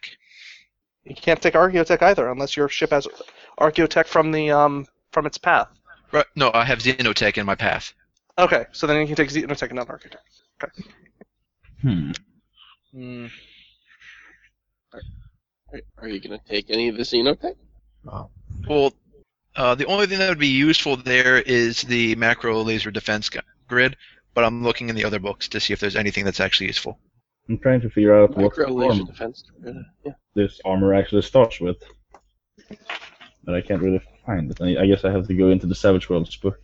Speaker 5: You can't take Archaeotech either unless your ship has Archaeotech from the um from its path.
Speaker 3: Right? No, I have Xenotech in my path.
Speaker 5: Okay, so then you can take Xenotech, not Archaeotech.
Speaker 8: Hmm.
Speaker 7: Hmm,
Speaker 6: are- are you gonna take any of the Xenotech?
Speaker 3: Well, uh, the only thing that would be useful there is the macro laser defense gu- grid. But I'm looking in the other books to see if there's anything that's actually useful.
Speaker 8: I'm trying to figure out what
Speaker 6: Micro laser
Speaker 8: form
Speaker 6: defense. Yeah.
Speaker 8: this armor actually starts with. But I can't really find it. I, I guess I have to go into the Savage Worlds book.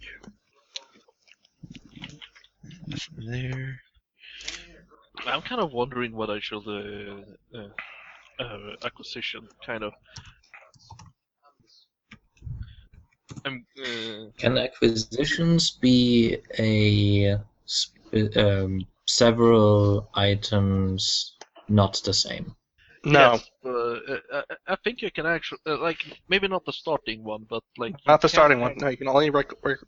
Speaker 3: There.
Speaker 7: I'm kind of wondering what I should uh, uh, uh, acquisition kind of. I'm uh,
Speaker 4: Can acquisitions be a sp- um, several items not the same?
Speaker 5: No,
Speaker 7: yes, uh, uh, I- I think you can actually uh, like maybe not the starting one, but like you
Speaker 5: not the
Speaker 7: can
Speaker 5: starting one.
Speaker 7: act-
Speaker 5: No, you can only rec- rec-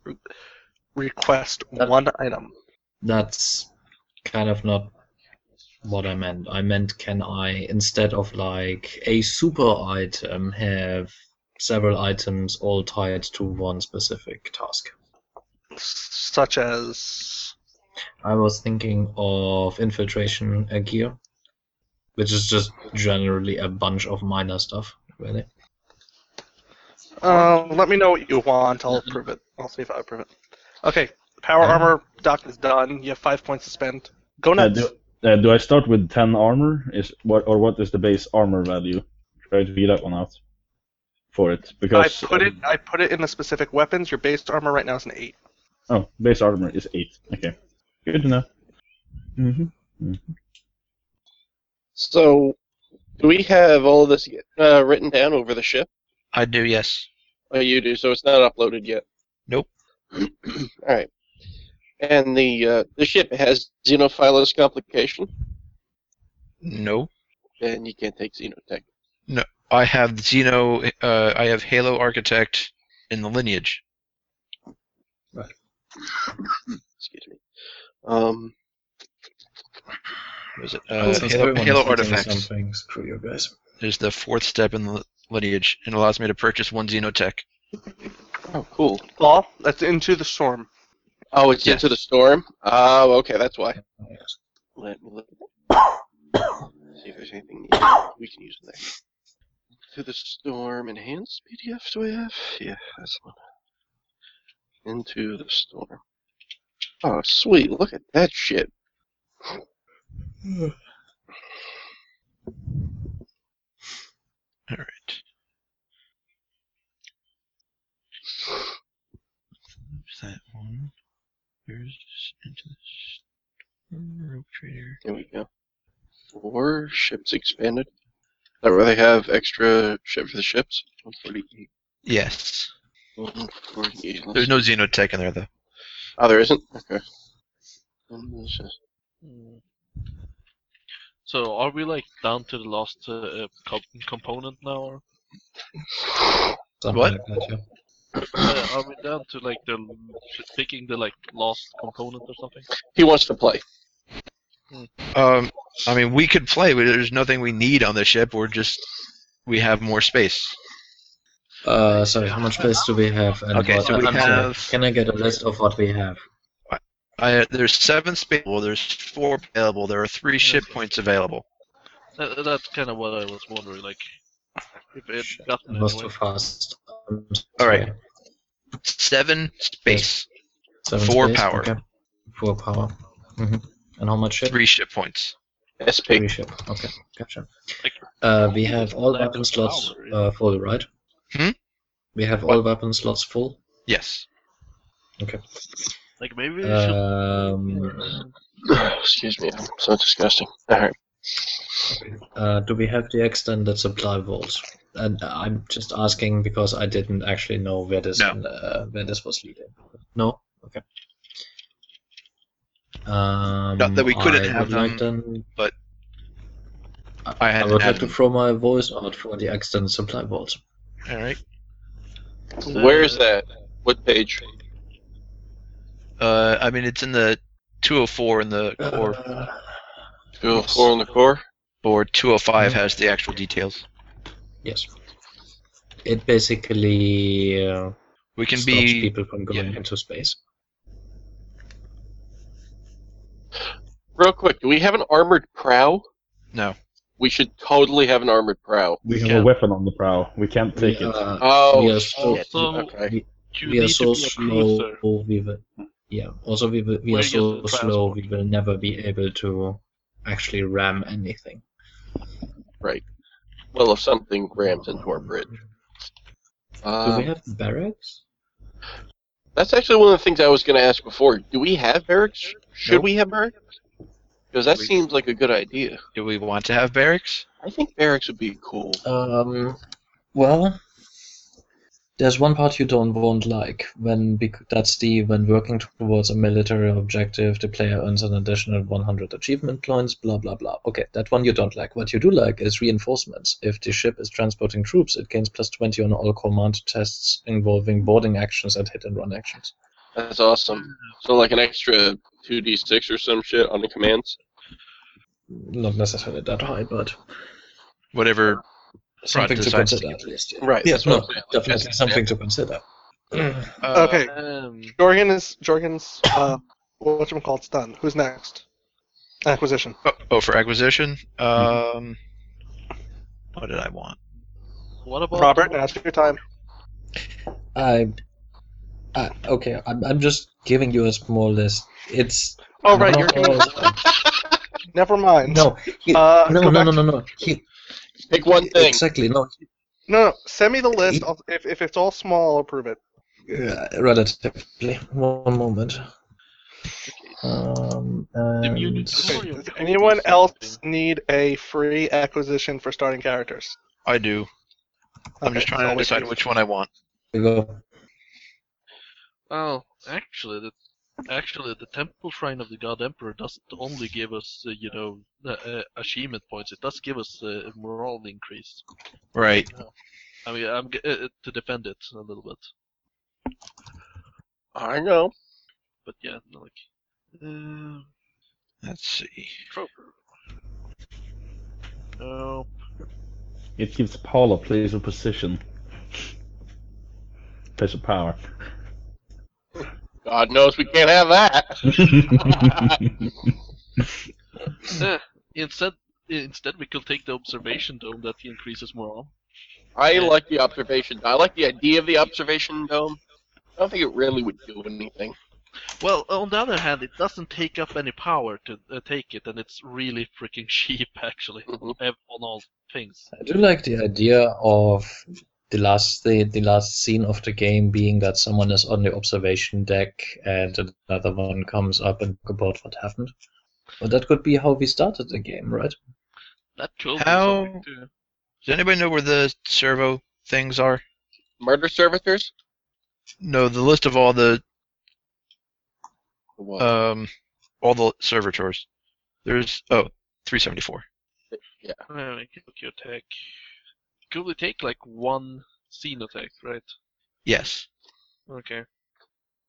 Speaker 5: request
Speaker 4: That-
Speaker 5: one item.
Speaker 4: That's kind of not what I meant. I meant can I instead of like a super item have several items all tied to one specific task?
Speaker 5: such as
Speaker 4: I was thinking of infiltration uh, gear, which is just generally a bunch of minor stuff, really.
Speaker 5: uh, let me know what you want i'll approve it i'll see if i approve it okay power
Speaker 4: Uh-huh.
Speaker 5: armor doc is done you have five points to spend go
Speaker 8: Uh,
Speaker 5: nuts
Speaker 8: do, uh, do I start with 10 armor? Is what or what is the base armor value? Try to figure that one out for it
Speaker 5: i
Speaker 8: because
Speaker 5: put it i put it in the specific weapons your base armor right now is an eight
Speaker 8: Oh, base armor is eight. Okay, good to know. Mm-hmm.
Speaker 6: So, do we have all of this uh, written down over the ship?
Speaker 3: I do, yes.
Speaker 6: Oh, you do. So it's not uploaded yet.
Speaker 3: Nope.
Speaker 6: all right. And the uh, the ship has xenophilus complication,
Speaker 3: No.
Speaker 6: and you can't take xenotech.
Speaker 3: I have Xeno. Uh, I have Halo Architect in the lineage.
Speaker 6: Excuse me. Um,
Speaker 3: What is it?
Speaker 4: Oh,
Speaker 3: Uh,
Speaker 4: since
Speaker 3: Halo,
Speaker 4: everyone
Speaker 3: Halo
Speaker 4: is thinking
Speaker 3: Artifacts.
Speaker 4: Something, screw you guys.
Speaker 3: is the fourth step in the lineage and allows me to purchase one Xenotech.
Speaker 6: oh, cool.
Speaker 5: Ball, that's into the storm
Speaker 6: Oh, it's
Speaker 3: Yes.
Speaker 6: into the storm. Oh, okay, that's why.
Speaker 4: Yes.
Speaker 6: Let me look at that. See if there's anything new we can use in there. To the storm enhanced PDFs do I have? Yeah, that's the one. Into the storm. Oh, sweet! Look at that shit.
Speaker 3: All right. Is that one? Here's into the storm, rogue trader.
Speaker 6: There we go. Four ships expanded. Is that where they have extra ship for the ships? 148.
Speaker 3: Yes.
Speaker 6: Oh, 148.
Speaker 3: There's no Xenotech in there though.
Speaker 6: Oh, there isn't? Okay. And there's a-
Speaker 7: So are we like down to the last uh, uh, co- component now? Or?
Speaker 4: Something
Speaker 7: What?
Speaker 4: like that, yeah.
Speaker 7: Uh, are we down to like the picking the like last component or something?
Speaker 6: He wants to play.
Speaker 3: Um, I mean, we could play, but there's nothing we need on the ship. We're just we have more space.
Speaker 4: Uh, sorry, how much space do we have? And
Speaker 3: Okay,
Speaker 4: what-
Speaker 3: so we
Speaker 4: I'm sorry,
Speaker 3: have-
Speaker 4: Can I get a list of what we have?
Speaker 3: I, there's seven space. Well, there's four available. There are
Speaker 4: Hmm.
Speaker 3: three ship points available.
Speaker 7: That, Uh, that's kind of what I was wondering. Like, if it gotten
Speaker 4: It was
Speaker 7: away.
Speaker 4: too fast. Um,
Speaker 3: All right, seven space,
Speaker 4: Seven
Speaker 3: four
Speaker 4: space,
Speaker 3: power,
Speaker 4: okay. Four power. hmm And how much ship?
Speaker 3: three ship points.
Speaker 4: Three ship. Okay, gotcha. Uh, we have all weapon slots uh, full, right?
Speaker 3: Hmm?
Speaker 4: We have all weapon slots full.
Speaker 3: Yes.
Speaker 4: Okay.
Speaker 7: Like maybe we
Speaker 4: Uh,
Speaker 7: should
Speaker 4: Um,
Speaker 6: Excuse me, I'm so disgusting. All right.
Speaker 4: uh, do we have the extended supply vault? And I'm just asking because I didn't actually know where this uh, where this was leading. No. Okay. Um,
Speaker 3: Not that we couldn't
Speaker 4: I
Speaker 3: have
Speaker 4: would like
Speaker 3: them,
Speaker 4: then-
Speaker 3: but
Speaker 4: I,
Speaker 3: hadn't
Speaker 4: would
Speaker 3: had
Speaker 4: like to
Speaker 3: them.
Speaker 4: throw my voice out for the extended supply vault.
Speaker 3: all right.
Speaker 6: Where is that? What page?
Speaker 3: Uh, I mean, it's in the 204 in the core,
Speaker 6: Two oh four on the core.
Speaker 3: or 205
Speaker 4: Hmm.
Speaker 3: has the actual details.
Speaker 4: Yes. It basically uh,
Speaker 3: We can
Speaker 4: stops
Speaker 3: be-
Speaker 4: people from going into space.
Speaker 6: Real quick, do we have an armored prow?
Speaker 3: No.
Speaker 6: We should totally have an armored prow.
Speaker 8: We have a weapon on the prow. We can't take it.
Speaker 4: Uh,
Speaker 6: Oh,
Speaker 4: we are so,
Speaker 6: shit.
Speaker 7: also
Speaker 6: okay.
Speaker 7: you
Speaker 4: we are
Speaker 7: need
Speaker 4: so
Speaker 7: to be a
Speaker 4: slow.
Speaker 7: cruiser.
Speaker 4: We will, yeah. Also, we will, we
Speaker 7: Where
Speaker 4: are
Speaker 7: you
Speaker 4: so
Speaker 7: get the
Speaker 4: slow. We will never be able to actually ram anything.
Speaker 6: Right. Well, if something rams into our bridge.
Speaker 3: Uh,
Speaker 4: Do we
Speaker 6: Um,
Speaker 4: have barracks?
Speaker 6: that's actually one of the things I was going to ask before. Do we have barracks? Should
Speaker 3: Nope.
Speaker 6: we have barracks? Because that seems like a good idea.
Speaker 3: Do we want to have barracks?
Speaker 6: I think barracks would be cool.
Speaker 4: Um, well, there's one part you don't won't like when bec- that's the when working towards a military objective, the player earns an additional 100 achievement points. Blah blah blah. Okay, that one you don't like. What you do like is reinforcements. If the ship is transporting troops, it gains plus 20 on all command tests involving boarding actions and hit and run actions.
Speaker 6: That's awesome. So, like an extra 2d6 or some shit on the commands?
Speaker 4: Not necessarily that high, but
Speaker 3: Whatever.
Speaker 4: something to
Speaker 3: decides to
Speaker 4: consider at least. yeah.
Speaker 6: Right.
Speaker 4: Yes,
Speaker 6: that's what
Speaker 4: no,
Speaker 6: I'm saying.
Speaker 4: definitely something to consider.
Speaker 7: Uh,
Speaker 5: okay.
Speaker 7: um,
Speaker 5: Jorgen is Jorgen's uh whatchamacallit's done. Who's next? Acquisition.
Speaker 3: Oh, oh, for acquisition.
Speaker 4: Mm-hmm.
Speaker 3: Um, what did I want?
Speaker 7: What about
Speaker 5: Robert, now's your time.
Speaker 4: I, I okay. I'm, I'm just giving you a small list. It's
Speaker 5: Oh right, you're
Speaker 4: no,
Speaker 5: coming. Never mind.
Speaker 4: no, he-
Speaker 5: Uh,
Speaker 4: no,
Speaker 5: go back
Speaker 4: no, no, no, no. He,
Speaker 6: Pick one thing.
Speaker 4: exactly no.
Speaker 5: No, no. Send me the list. I'll, if, if it's all small, I'll approve it.
Speaker 4: Uh, relatively. One moment. Um, and
Speaker 5: Does anyone else need a free acquisition for starting characters?
Speaker 3: I do. I'm
Speaker 5: Okay,
Speaker 3: just trying
Speaker 5: I'll wait
Speaker 3: to decide
Speaker 5: for you.
Speaker 3: which one I want.
Speaker 4: we go.
Speaker 7: Oh, actually, the actually the temple shrine of the god emperor doesn't only give us uh, you know uh, uh, achievement points. It does give us uh, a morale increase.
Speaker 3: Right.
Speaker 7: I mean, I'm g- uh, uh, to defend it a little bit,
Speaker 6: I know.
Speaker 7: but yeah, like uh,
Speaker 3: Let's see.
Speaker 7: Troper. No,
Speaker 8: It gives Paul a place of position. Place of power.
Speaker 6: God knows we can't have that.
Speaker 7: Eh, instead instead we could take the observation dome that increases morale.
Speaker 6: I like the observation. I like the idea of the observation dome. I don't think it really would do anything.
Speaker 7: Well, on the other hand, it doesn't take up any power to uh, take it, and it's really freaking cheap actually ev- on all things.
Speaker 4: I do like the idea of the last the, the last scene of the game being that someone is on the observation deck and another one comes up and talk about what happened. But that could be how we started the game, right?
Speaker 7: That could be
Speaker 3: How-
Speaker 7: something to-
Speaker 3: Does anybody know where the servo things are?
Speaker 6: Murder servitors?
Speaker 3: No, the list of all the
Speaker 6: What?
Speaker 7: Uh,
Speaker 3: um, all the servitors. There's oh, 374.
Speaker 6: Yeah.
Speaker 7: Uh, Kyoku attack. You could only take like one scene attack, right?
Speaker 3: Yes.
Speaker 7: Okay.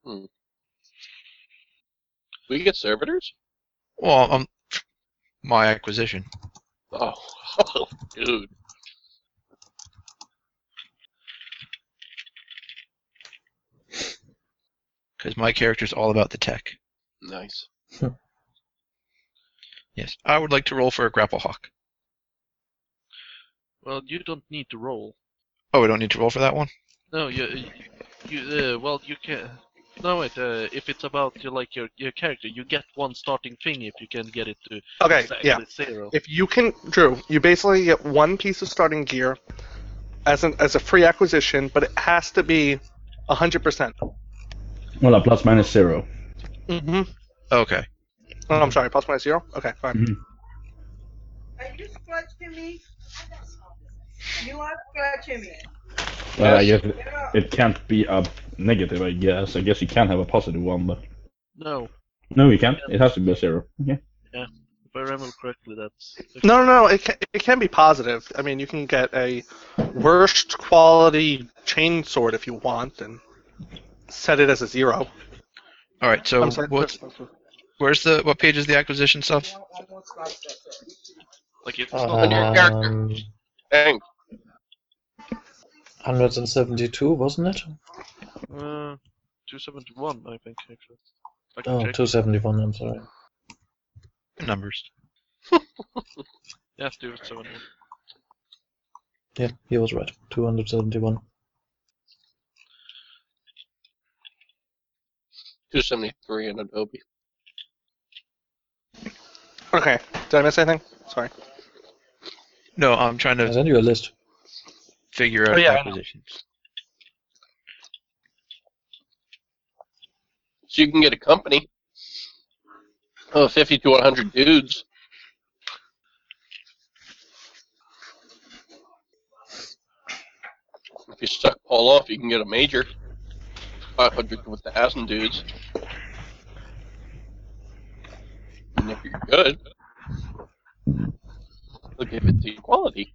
Speaker 6: Hmm. We get servitors?
Speaker 3: Well, um, my acquisition.
Speaker 6: Oh, dude.
Speaker 3: because my character's all about the tech.
Speaker 6: Nice.
Speaker 3: Yes, I would like to roll for a grapple hawk.
Speaker 7: Well, you don't need to roll.
Speaker 3: Oh, we don't need to roll for that one.
Speaker 7: No, you, you, you uh, well, you can. No, wait. Uh, if it's about your like your your character, you get one starting thing if you can get it to
Speaker 5: Okay,
Speaker 7: exactly
Speaker 5: yeah.
Speaker 7: zero.
Speaker 5: If you can, Drew, you basically get one piece of starting gear as an as a free acquisition, but it has to be hundred percent.
Speaker 8: Well, a plus minus zero.
Speaker 5: Mm-hmm.
Speaker 3: Okay.
Speaker 5: Oh, I'm sorry, plus minus zero. Okay, fine.
Speaker 10: Are you scratching me? You are scratching me.
Speaker 8: Well, I guess it, Uh, it can't be a negative. I guess. I guess you can have a positive one, but
Speaker 7: No.
Speaker 8: no, you can't. It has to be a zero. Okay.
Speaker 7: Yeah. If I remember correctly, that's.
Speaker 5: No, no, no. It can, it can be positive. I mean, you can get a worst quality chain sword if you want, and set it as a zero.
Speaker 3: All right. So
Speaker 5: I'm sorry,
Speaker 3: what? Where's the what page is the acquisition stuff?
Speaker 7: Like it's
Speaker 6: on your character.
Speaker 4: Um,
Speaker 6: Dang.
Speaker 4: 172, wasn't it?
Speaker 7: Uh, 271, I think actually. I can
Speaker 4: Oh,
Speaker 7: check.
Speaker 4: 271, I'm sorry.
Speaker 3: Numbers.
Speaker 7: Yeah, 271.
Speaker 4: Yeah, he was right. 271.
Speaker 6: 273 in Adobe.
Speaker 5: Okay. Did I miss anything? Sorry.
Speaker 3: No, I'm trying
Speaker 4: I
Speaker 3: to
Speaker 4: sent you a list.
Speaker 3: figure out
Speaker 5: Oh, yeah, I know.
Speaker 3: acquisitions.
Speaker 6: So you can get a company of 50 to 100 dudes. If you suck Paul off, you can get a major. 500 to 1,000 dudes. And if you're good, they'll give it to you quality.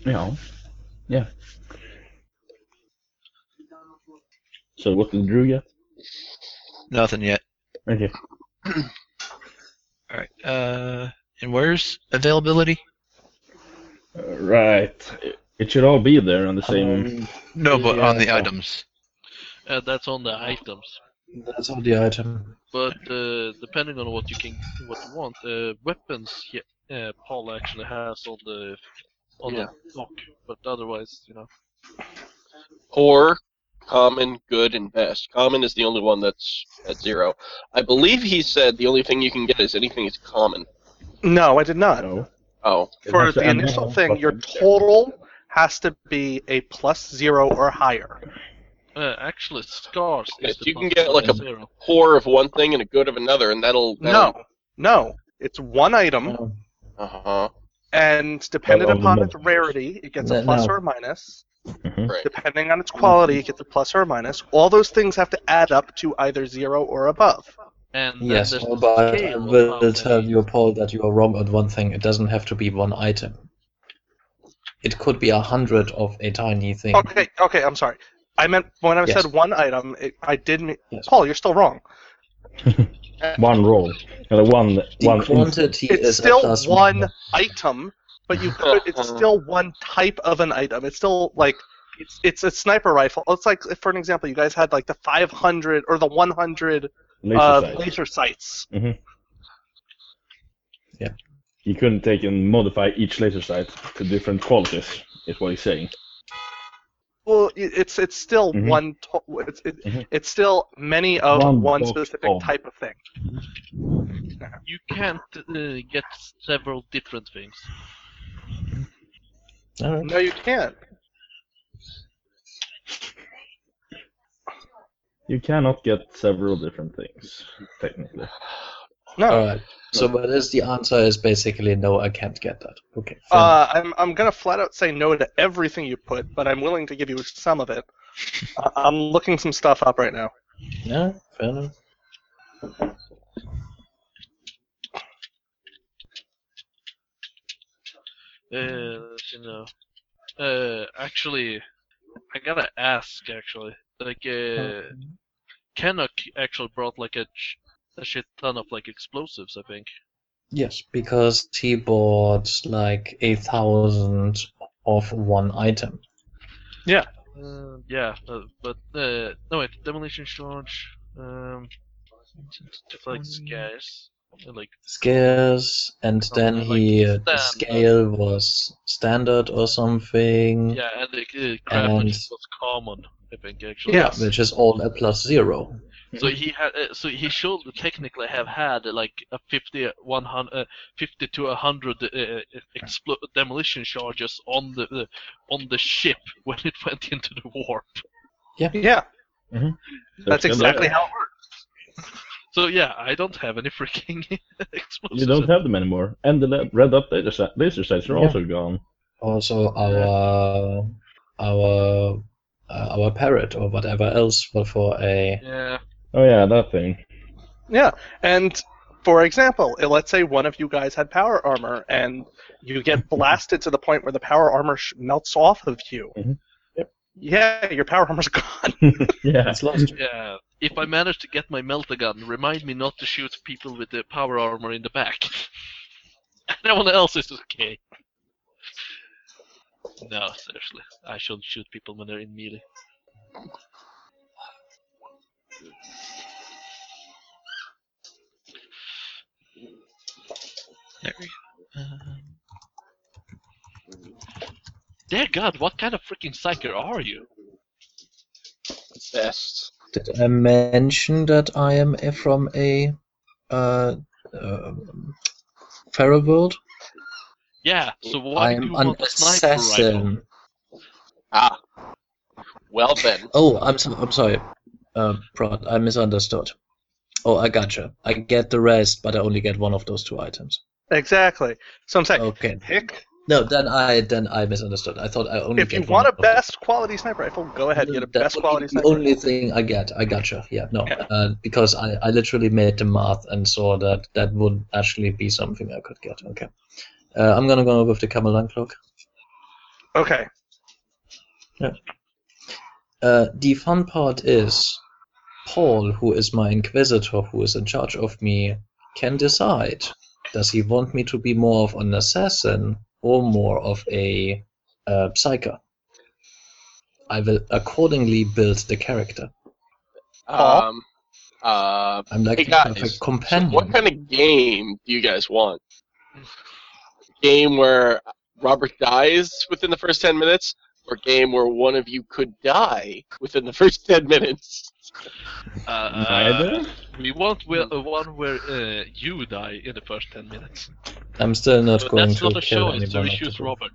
Speaker 8: Yeah. Yeah. So what did Drew get?
Speaker 3: Nothing yet.
Speaker 8: Okay.
Speaker 3: All right. Uh, and where's availability?
Speaker 8: Uh, right. It- It should all be there on the same.
Speaker 3: Um, No, but on the
Speaker 8: yeah.
Speaker 3: items.
Speaker 7: Uh, that's on the items.
Speaker 4: That's all the item.
Speaker 7: But uh, depending on what you can, what you want, uh, weapons. Yeah, uh, Paul actually has on the on the dock, but otherwise, you know.
Speaker 6: or common, good, and best. Common is the only one that's at zero. I believe he said the only thing you can get is anything is common.
Speaker 5: No, I did not.
Speaker 8: No.
Speaker 6: Oh,
Speaker 5: For
Speaker 8: has to
Speaker 5: the
Speaker 8: end
Speaker 5: initial
Speaker 8: on
Speaker 5: thing,
Speaker 8: plus
Speaker 5: your
Speaker 8: one.
Speaker 5: total has to be a plus zero or higher.
Speaker 7: Uh, actually, scars.
Speaker 6: Yes,
Speaker 7: Is the
Speaker 6: you can
Speaker 7: plus
Speaker 6: get, like, a-
Speaker 7: zero.
Speaker 6: poor of one thing and a good of another, and that'll, that'll
Speaker 5: No, no. It's one item,
Speaker 8: Oh.
Speaker 6: uh huh.
Speaker 5: and dependent
Speaker 8: Well,
Speaker 5: upon
Speaker 8: no.
Speaker 5: its rarity, it gets
Speaker 4: No,
Speaker 5: a plus
Speaker 4: no.
Speaker 5: or a minus.
Speaker 8: Mhm.
Speaker 6: Right.
Speaker 5: Depending on its quality, it gets a plus or a minus. All those things have to add up to either zero or above.
Speaker 7: And then
Speaker 4: Yes,
Speaker 7: there's the
Speaker 4: but I
Speaker 7: scale of
Speaker 4: will
Speaker 7: how
Speaker 4: tell
Speaker 7: many-
Speaker 4: you, Paul, that you are wrong on one thing. It doesn't have to be one item. It could be a hundred of a tiny thing.
Speaker 5: Okay, okay, I'm sorry. I meant when I
Speaker 4: Yes.
Speaker 5: said one item, it, I did mean.
Speaker 4: Yes.
Speaker 5: Paul, you're still wrong.
Speaker 8: One roll. Uh, one.
Speaker 4: The
Speaker 8: one
Speaker 4: quantity
Speaker 5: It's
Speaker 4: is a
Speaker 5: still
Speaker 4: plus
Speaker 5: one item, but you could. It's still one type of an item. It's still like it's it's a sniper rifle. It's like if, for an example, you guys had like the 500 or the 100
Speaker 8: laser
Speaker 5: uh,
Speaker 8: sight.
Speaker 5: laser sights.
Speaker 8: Mm-hmm. You couldn't take and modify each laser sight to different qualities. Is what he's saying.
Speaker 5: Well, i- it's it's still
Speaker 8: Mhm.
Speaker 5: one. To- it's it,
Speaker 8: Mhm.
Speaker 5: it's still many of
Speaker 8: One
Speaker 5: one,
Speaker 8: box
Speaker 5: specific
Speaker 8: of-
Speaker 5: type of thing.
Speaker 7: You can't uh, get several different things.
Speaker 4: All right.
Speaker 5: No, you can't.
Speaker 8: You cannot get several different things technically.
Speaker 5: No.
Speaker 4: All right. So, but is the answer is basically no, I can't get that. Okay.
Speaker 5: Uh, I'm I'm gonna flat out say no to everything you put, but I'm willing to give you some of it. I- I'm looking some stuff up right now.
Speaker 4: Yeah, fair enough.
Speaker 7: Uh, let's see now. Uh, actually, I gotta ask. Actually, like, uh, Canuck actually brought like a, ch- a shit ton of like explosives. I think.
Speaker 4: Yes, because he bought like a thousand of one item.
Speaker 5: Yeah.
Speaker 7: Uh, yeah, uh, but uh, no wait, demolition charge. Um, it's like scarce. uh, Like
Speaker 4: Scarce, and then he uh, the scale was standard or something.
Speaker 7: yeah, and the uh, craft
Speaker 4: and
Speaker 7: was common. I think actually.
Speaker 4: yeah, which is all a plus zero.
Speaker 7: So he had, uh, so he should technically have had uh, like a 50, 100, uh, 50 to 100 uh, uh, explo- demolition charges on the uh, on the ship when it went into the warp.
Speaker 4: Yeah. Mm-hmm.
Speaker 5: Yeah.
Speaker 7: That's exactly
Speaker 5: how it
Speaker 7: So yeah, I don't have any freaking explosives.
Speaker 8: You don't have them anymore. And the le- red up laser, si- laser sights are
Speaker 4: Yeah.
Speaker 8: also gone.
Speaker 4: Also, our our uh, our parrot or whatever else for for a
Speaker 7: Yeah.
Speaker 8: Oh yeah, that thing.
Speaker 5: Yeah, and for example, eh, let's say one of you guys had power armor, and you get blasted to the point where the power armor sh- melts off of you. Yeah, your power armor's gone.
Speaker 8: yeah,
Speaker 4: it's lost.
Speaker 7: Yeah. uh, If I manage to get my melter gun, remind me not to shoot people with the power armor in the back. Everyone else is okay. No, seriously, I shouldn't shoot people when they're in melee. There we go. Um, Dear God, what kind of freaking psyker are you?
Speaker 6: Best.
Speaker 4: Did I mention that I am a- from a uh, um feral world?
Speaker 7: Yeah, so why
Speaker 4: I
Speaker 7: do you
Speaker 4: am an
Speaker 7: want a sniper rifle?
Speaker 4: assassin.
Speaker 6: Ah. Well then.
Speaker 4: Oh, I'm so, I'm sorry, uh, Prod. I misunderstood. Oh, I gotcha. I get the rest, but I only get one of those two items.
Speaker 5: Exactly. So I'm saying,
Speaker 4: Okay.
Speaker 5: pick.
Speaker 4: No, then I then I misunderstood. I thought I only
Speaker 5: If you
Speaker 4: get
Speaker 5: want
Speaker 4: one.
Speaker 5: a best quality sniper rifle, go ahead get a best quality
Speaker 4: the
Speaker 5: sniper.
Speaker 4: only thing I get, I gotcha. Yeah, no, Uh, because I, I literally made the math and saw that that would actually be something I could get. Okay, uh, I'm gonna go with the camel lung cloak.
Speaker 5: Okay.
Speaker 4: Uh, the fun part is Paul, who is my inquisitor, who is in charge of me, can decide does he want me to be more of an assassin or more of a uh, psyker. I will accordingly build the character.
Speaker 6: Um, uh,
Speaker 4: I'm like
Speaker 6: hey
Speaker 4: the perfect
Speaker 6: guys, so
Speaker 4: companion.
Speaker 6: what kind of game do you guys want? Game where Robert dies within the first ten minutes, or game where one of you could die within the first ten minutes?
Speaker 7: Uh, uh, we want wi- uh, one where uh, you die in the first 10 minutes.
Speaker 4: I'm still not
Speaker 7: So
Speaker 4: going
Speaker 7: that's
Speaker 4: to
Speaker 7: not a
Speaker 4: kill
Speaker 7: choice, so
Speaker 4: anyone.
Speaker 7: we choose Robert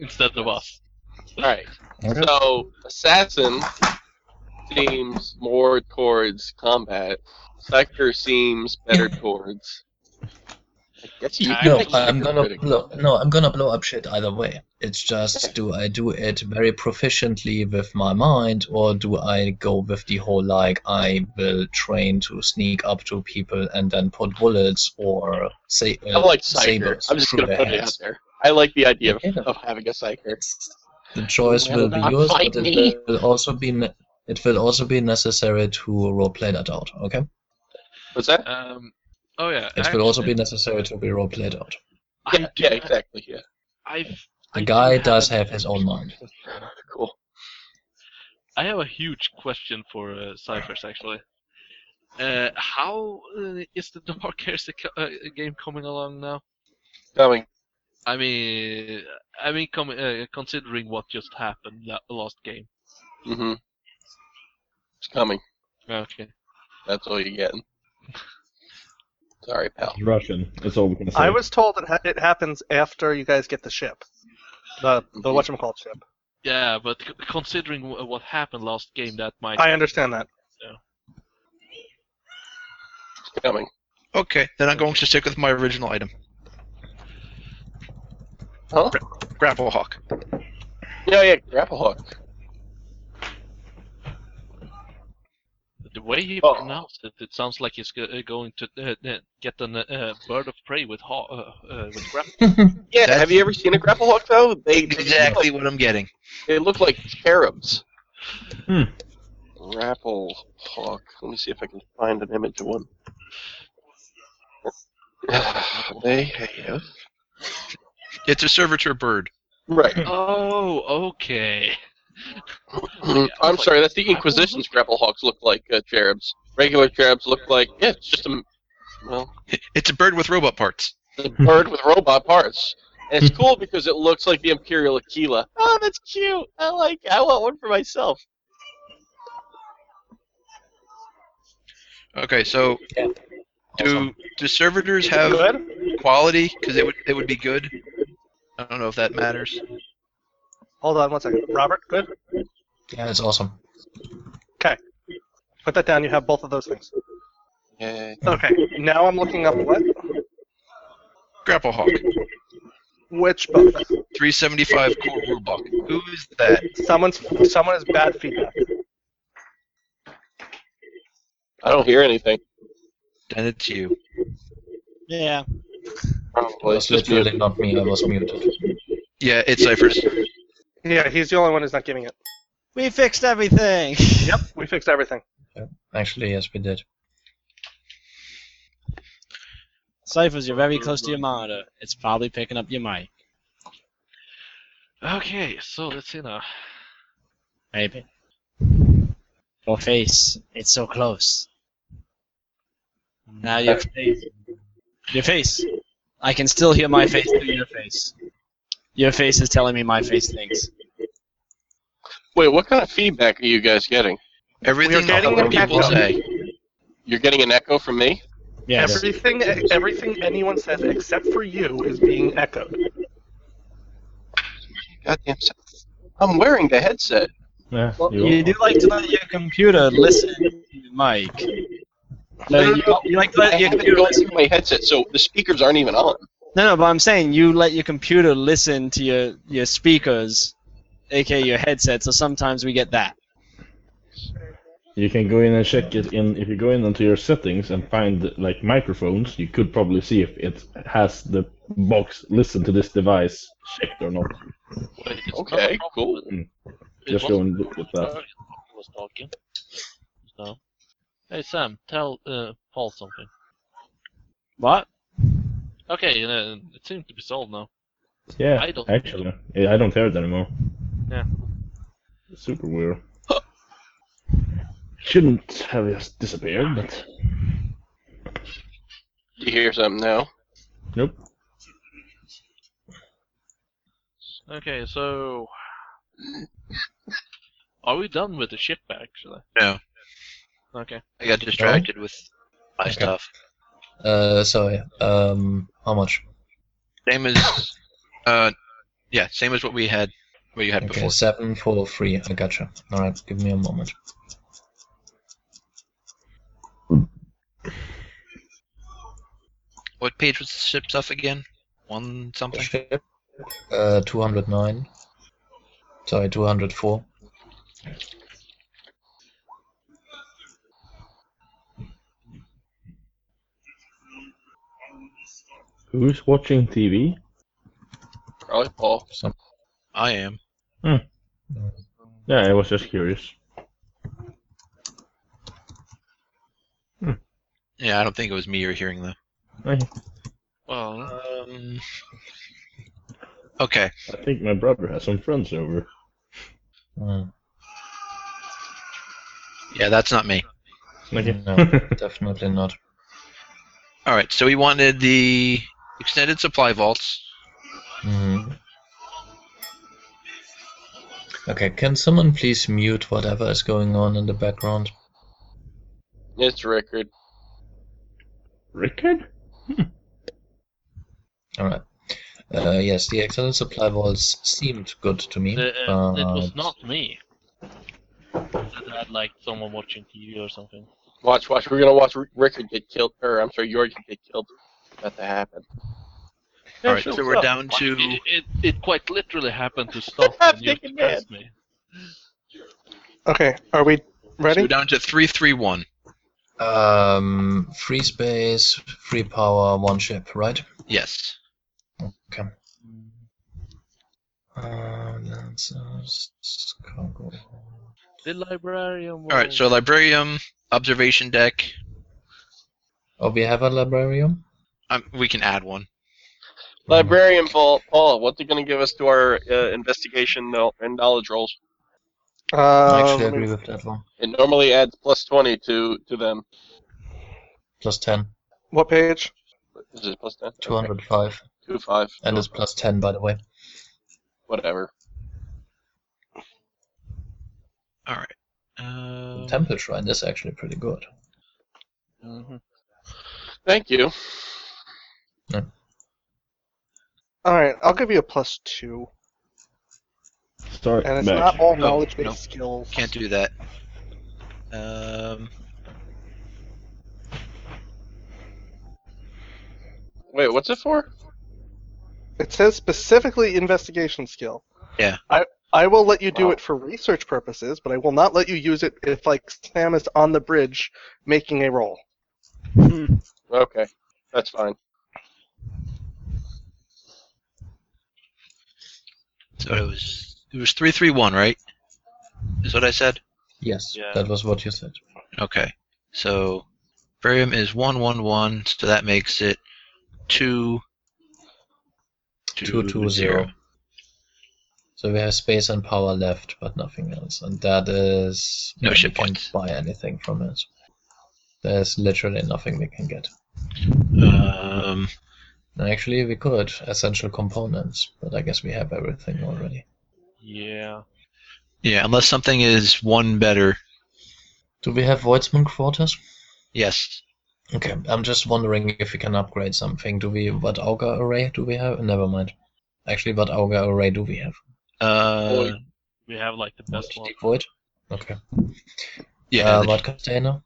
Speaker 7: instead of us.
Speaker 6: Alright.
Speaker 4: Okay.
Speaker 6: So assassin seems more towards combat. Sector seems better towards. I guess you
Speaker 4: no,
Speaker 6: think you
Speaker 4: I'm
Speaker 6: could
Speaker 4: gonna
Speaker 6: put it-
Speaker 4: blow, no, I'm gonna blow up shit either way. It's just do I do it very proficiently with my mind, or do I go with the whole like I will train to sneak up to people and then put bullets or say
Speaker 6: I
Speaker 4: uh,
Speaker 6: like psyker.
Speaker 4: sabers
Speaker 6: I'm just
Speaker 4: through
Speaker 6: gonna
Speaker 4: their
Speaker 6: put it out
Speaker 4: heads.
Speaker 6: there. I like the idea of,
Speaker 4: Okay, then.
Speaker 6: of having a psyker.
Speaker 4: The choice
Speaker 6: You
Speaker 4: will be
Speaker 6: will not
Speaker 4: yours,
Speaker 6: fight
Speaker 4: but
Speaker 6: me.
Speaker 4: it will also be ne- it will also be necessary to roleplay that out. Okay, it
Speaker 6: What's that?
Speaker 7: Um, oh, yeah.
Speaker 4: will also be necessary to be roleplayed out.
Speaker 6: Yeah, yeah, exactly. Yeah,
Speaker 7: I've,
Speaker 4: The guy does have his own mind.
Speaker 6: cool.
Speaker 7: I have a huge question for uh, Cyphers, actually. Uh, how uh, is the Dark Heresy co- uh, game coming along now?
Speaker 6: Coming.
Speaker 7: I mean, I mean, com- uh, considering what just happened la- last game.
Speaker 6: Mm-hmm. It's coming.
Speaker 7: Okay.
Speaker 6: That's all you're getting. Sorry, pal.
Speaker 8: It's Russian. That's all we can say.
Speaker 5: I was told it, ha- it happens after you guys get the ship, the
Speaker 3: Mm-hmm.
Speaker 5: the whatchamacallit ship.
Speaker 7: Yeah, but c- considering w- what happened last game, that might.
Speaker 5: I understand that.
Speaker 6: It's coming.
Speaker 3: Okay, then I'm going to stick with my original item.
Speaker 6: Huh?
Speaker 3: grapple hawk.
Speaker 6: Yeah, yeah, grapple hook.
Speaker 7: The way he pronounced it, it sounds like he's go- uh, going to uh, uh, get a uh, bird of prey with haw- uh, uh, with grapple.
Speaker 6: Yeah, have you ever seen a grapple hook though? They they look
Speaker 3: Exactly
Speaker 6: like-
Speaker 3: what I'm getting.
Speaker 6: They look like cherubs.
Speaker 8: Hmm.
Speaker 6: Grapple hawk. Let me see if I can find an image of one. they have
Speaker 3: It's a servitor bird.
Speaker 6: right.
Speaker 7: oh, okay.
Speaker 6: Mm-hmm. I'm sorry, that's the Inquisition's grapple hawks look like uh, cherubs. Regular cherubs look like yeah, it's just a well,
Speaker 3: It's a bird with robot parts.
Speaker 6: a bird with robot parts. And it's cool because it looks like the Imperial Aquila. Oh, that's cute. I like. I want one for myself.
Speaker 3: Okay, so do do servitors have quality? Because it would it would be good. I don't know if that matters.
Speaker 5: Hold on one second. Robert, good.
Speaker 4: Yeah, that's awesome.
Speaker 5: Okay. Put that down. You have both of those things.
Speaker 6: Yeah.
Speaker 5: Okay. Now I'm looking up what?
Speaker 3: Grapple hawk,
Speaker 5: Which book?
Speaker 3: 375 core rulebook. Who is that?
Speaker 5: Someone's someone has bad feedback.
Speaker 6: I don't hear anything.
Speaker 3: Then it's you.
Speaker 9: Yeah.
Speaker 6: Probably
Speaker 4: Oh, It's literally not me. I was muted.
Speaker 3: Yeah, it's ciphers.
Speaker 5: Yeah, he's the only one who's not giving it.
Speaker 9: We fixed everything.
Speaker 5: Yep, we fixed everything.
Speaker 4: Actually, yes, we did.
Speaker 9: Ciphers, you're very close to your monitor. It's probably picking up your mic.
Speaker 7: Okay, so let's see now.
Speaker 9: Maybe. Your face. It's so close. Now your face. Your face. I can still hear my face through your face. Your face is telling me my face thinks.
Speaker 6: Wait, what kind of feedback are you guys getting?
Speaker 3: Everything that
Speaker 5: getting
Speaker 3: other
Speaker 5: a
Speaker 3: people
Speaker 5: backup.
Speaker 3: say.
Speaker 6: You're getting an echo from me.
Speaker 9: Yes.
Speaker 5: Everything everything anyone says except for you is being echoed.
Speaker 6: Goddamn! s- I'm wearing the headset.
Speaker 8: Yeah,
Speaker 9: Well,
Speaker 8: you
Speaker 9: you do like to let your computer listen to your mic. No, you, you like to
Speaker 6: I
Speaker 9: let your
Speaker 6: haven't
Speaker 9: computer
Speaker 6: gone
Speaker 9: listen.
Speaker 6: through my headset, so the speakers aren't even on.
Speaker 9: No, no, but I'm saying you let your computer listen to your, your speakers, aka your headset, so sometimes we get that.
Speaker 8: You can go in and check it in. If you go in into your settings and find like microphones, you could probably see if it has the box listen to this device checked or not. Mm.
Speaker 7: Wait, it's not
Speaker 6: Okay,
Speaker 7: a problem.
Speaker 6: cool.
Speaker 7: It
Speaker 8: Just go
Speaker 7: wasn't
Speaker 8: and look at that.
Speaker 7: I was talking. So, hey Sam, tell uh, Paul something.
Speaker 9: What?
Speaker 7: Okay, you know, it seems to be solved now.
Speaker 8: Yeah,
Speaker 7: I don't-
Speaker 8: actually, yeah, I don't hear it anymore.
Speaker 7: Yeah.
Speaker 8: Super weird. Shouldn't have just disappeared, but
Speaker 6: Do you hear something now?
Speaker 8: nope.
Speaker 7: Okay, so are we done with the ship actually?
Speaker 3: No,
Speaker 7: Okay.
Speaker 3: I got distracted with my stuff.
Speaker 4: Uh, sorry. Um, how much?
Speaker 3: Same as, uh, yeah, same as what we had, what you had
Speaker 4: Okay,
Speaker 3: before.
Speaker 4: seven four three. I gotcha. All right, give me a moment.
Speaker 3: What page was the ship stuff again? One something.
Speaker 4: Ship, uh, two hundred nine. Sorry, two hundred four.
Speaker 8: Who's watching TV?
Speaker 6: Probably Paul.
Speaker 3: I am.
Speaker 8: Yeah, I was just curious.
Speaker 3: Yeah, I don't think it was me you're hearing though.
Speaker 8: I,
Speaker 7: Well,
Speaker 3: Um. Okay.
Speaker 8: I think my brother has some friends over.
Speaker 4: Mm,
Speaker 3: Yeah, that's not me.
Speaker 8: Okay.
Speaker 4: no, definitely not.
Speaker 3: All right. So we wanted the extended supply vaults.
Speaker 4: hmm Okay, can someone please mute whatever is going on in the background?
Speaker 6: It's Rickard.
Speaker 8: Rickard?
Speaker 4: All right. Uh, yes, the external supply walls seemed good to me. Um,
Speaker 7: the, uh, it was
Speaker 4: but-
Speaker 7: not me. I said I'd like someone watching TV or something.
Speaker 6: Watch, watch. We're gonna watch Rickard get killed, or I'm sorry, Jorgen get killed. About to happen.
Speaker 7: All right, so we're down to it, it. It quite literally happened to stop when you
Speaker 6: Thinking that.
Speaker 7: asked me.
Speaker 5: Okay, are we ready?
Speaker 3: we're down to three, three, one.
Speaker 4: Um, free space, free power, one ship, right?
Speaker 3: Yes.
Speaker 4: Okay. Uh, that's us cargo.
Speaker 7: The librarian.
Speaker 3: All right, so librarium, observation deck.
Speaker 4: Oh, we have a librarium.
Speaker 3: Um, we can add one.
Speaker 6: Librarian Paul, Paul, what's it gonna give us to our uh, investigation no- and knowledge rolls?
Speaker 4: I
Speaker 5: Uh,
Speaker 4: actually
Speaker 5: let me-
Speaker 4: agree with that one.
Speaker 6: It normally adds plus twenty to to them.
Speaker 4: Plus 10,
Speaker 5: what page?
Speaker 6: Is it plus ten?
Speaker 4: 205,
Speaker 6: Two five.
Speaker 4: and it's plus 10 by the way.
Speaker 6: Whatever.
Speaker 3: All right. Uh,
Speaker 4: Temple shrine is actually pretty good.
Speaker 6: Thank you.
Speaker 5: All right, I'll give you a plus two,
Speaker 8: Sorry,
Speaker 5: and it's
Speaker 8: back.
Speaker 5: not all
Speaker 3: No,
Speaker 5: knowledge-based
Speaker 3: Oh, no.
Speaker 5: skills.
Speaker 3: Can't do that. Um,
Speaker 6: Wait, what's it for?
Speaker 5: It says specifically investigation skill.
Speaker 3: Yeah.
Speaker 5: I I will let you do
Speaker 6: Wow.
Speaker 5: it for research purposes, but I will not let you use it if like Sam is on the bridge making a roll.
Speaker 6: Okay, that's fine.
Speaker 3: so Oh, it was it was three, three, one, right? Is what I said.
Speaker 4: Yes,
Speaker 7: Yeah.
Speaker 4: that was what you said.
Speaker 3: Okay. So barium is one one one, so that makes it two
Speaker 4: Two two zero. So we have space and power left, but nothing else. And that is
Speaker 3: No
Speaker 4: we
Speaker 3: ship
Speaker 4: can't
Speaker 3: points.
Speaker 4: buy anything from it. There's literally nothing we can get.
Speaker 3: Um
Speaker 4: Actually, we could essential components, but I guess we have everything already.
Speaker 7: Yeah.
Speaker 3: yeah, unless something is one better.
Speaker 4: Do we have Voidsman quarters?
Speaker 3: Yes.
Speaker 4: Okay, I'm just wondering if we can upgrade something. Do we what auger array do we have? Never mind. Actually, what auger array do we have?
Speaker 3: Uh
Speaker 6: Void.
Speaker 7: We have like the best one.
Speaker 4: Void. Okay.
Speaker 3: yeah.
Speaker 4: uh, what container?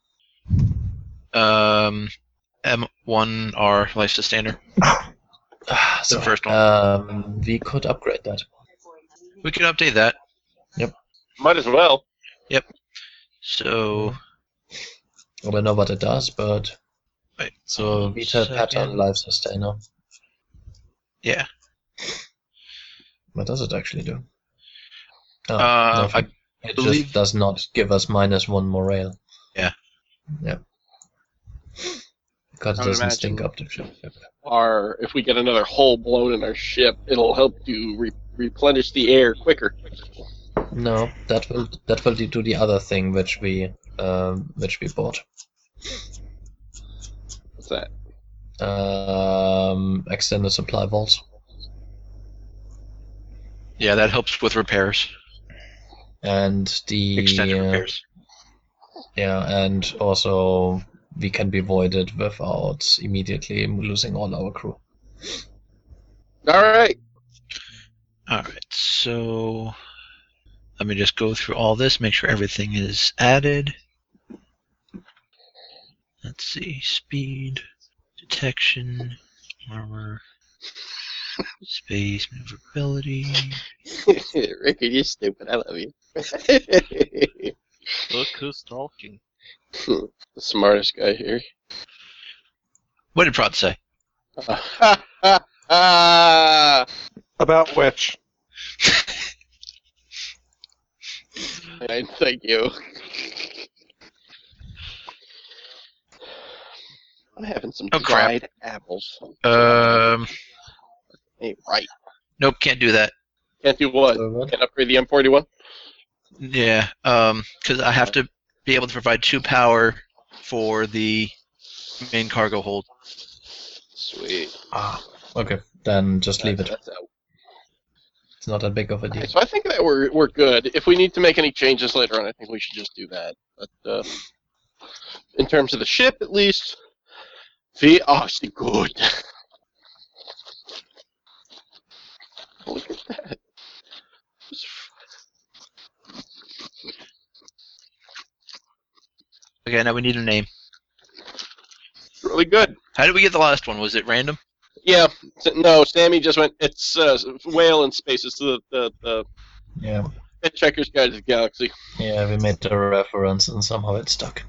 Speaker 3: the- um M one R life sustainer.
Speaker 4: Ah, sorry.
Speaker 3: first one.
Speaker 4: Um, we could upgrade that.
Speaker 3: We could update that.
Speaker 6: Might as well.
Speaker 3: So
Speaker 4: I don't know what it does, but
Speaker 3: Wait,
Speaker 4: so
Speaker 3: one
Speaker 4: Vita
Speaker 3: second.
Speaker 4: pattern life sustainer.
Speaker 3: yeah.
Speaker 4: What does it actually do? Oh,
Speaker 3: Uh,
Speaker 4: nothing. it
Speaker 3: believe-
Speaker 4: just does not give us minus one morale.
Speaker 3: Yeah.
Speaker 4: Yeah. Because it
Speaker 6: I would
Speaker 4: doesn't stink
Speaker 6: imagine-
Speaker 4: up the ship.
Speaker 6: Or if we get another hole blown in our ship, it'll help you re- replenish the air quicker.
Speaker 4: No, that will that will do the other thing which we um, which we bought.
Speaker 6: What's that?
Speaker 4: Um, extended supply vaults.
Speaker 3: Yeah, that helps with repairs.
Speaker 4: And the
Speaker 3: Extended
Speaker 4: uh,
Speaker 3: repairs.
Speaker 4: Yeah, and also we can be voided without immediately losing all our crew.
Speaker 6: All right.
Speaker 3: All right, so let me just go through all this, make sure everything is added. Let's see, speed, detection, armor, space, maneuverability.
Speaker 6: Rickard, you're stupid. I love you. the
Speaker 7: Look who's talking.
Speaker 6: smartest guy here.
Speaker 3: What did Prod say?
Speaker 6: Ah,
Speaker 5: About which?
Speaker 6: Fine, thank you. I'm having some
Speaker 3: Oh, crap.
Speaker 6: dried apples.
Speaker 3: Um,
Speaker 6: Ain't right.
Speaker 3: nope, can't do that.
Speaker 6: Can't do what?
Speaker 4: So what?
Speaker 6: Can't upgrade the M41.
Speaker 3: Yeah, um, because I have to be able to provide two power for the main cargo hold.
Speaker 6: Sweet.
Speaker 4: Ah, okay. Then just leave it.
Speaker 6: That's out.
Speaker 4: It's not that big of a deal.
Speaker 6: So I think that we're we're good. If we need to make any changes later on, I think we should just do that. But uh, in terms of the ship, at least, we are still good. Look at that.
Speaker 3: Okay, now we need a name.
Speaker 6: Really good.
Speaker 3: How did we get the last one? Was it random?
Speaker 6: Yeah. s- No, Sammy just went. It's uh, whale in space. It's the the, the
Speaker 4: Yeah,
Speaker 6: Pet Checker's Guide to the Galaxy.
Speaker 4: yeah, we made the reference and somehow it stuck.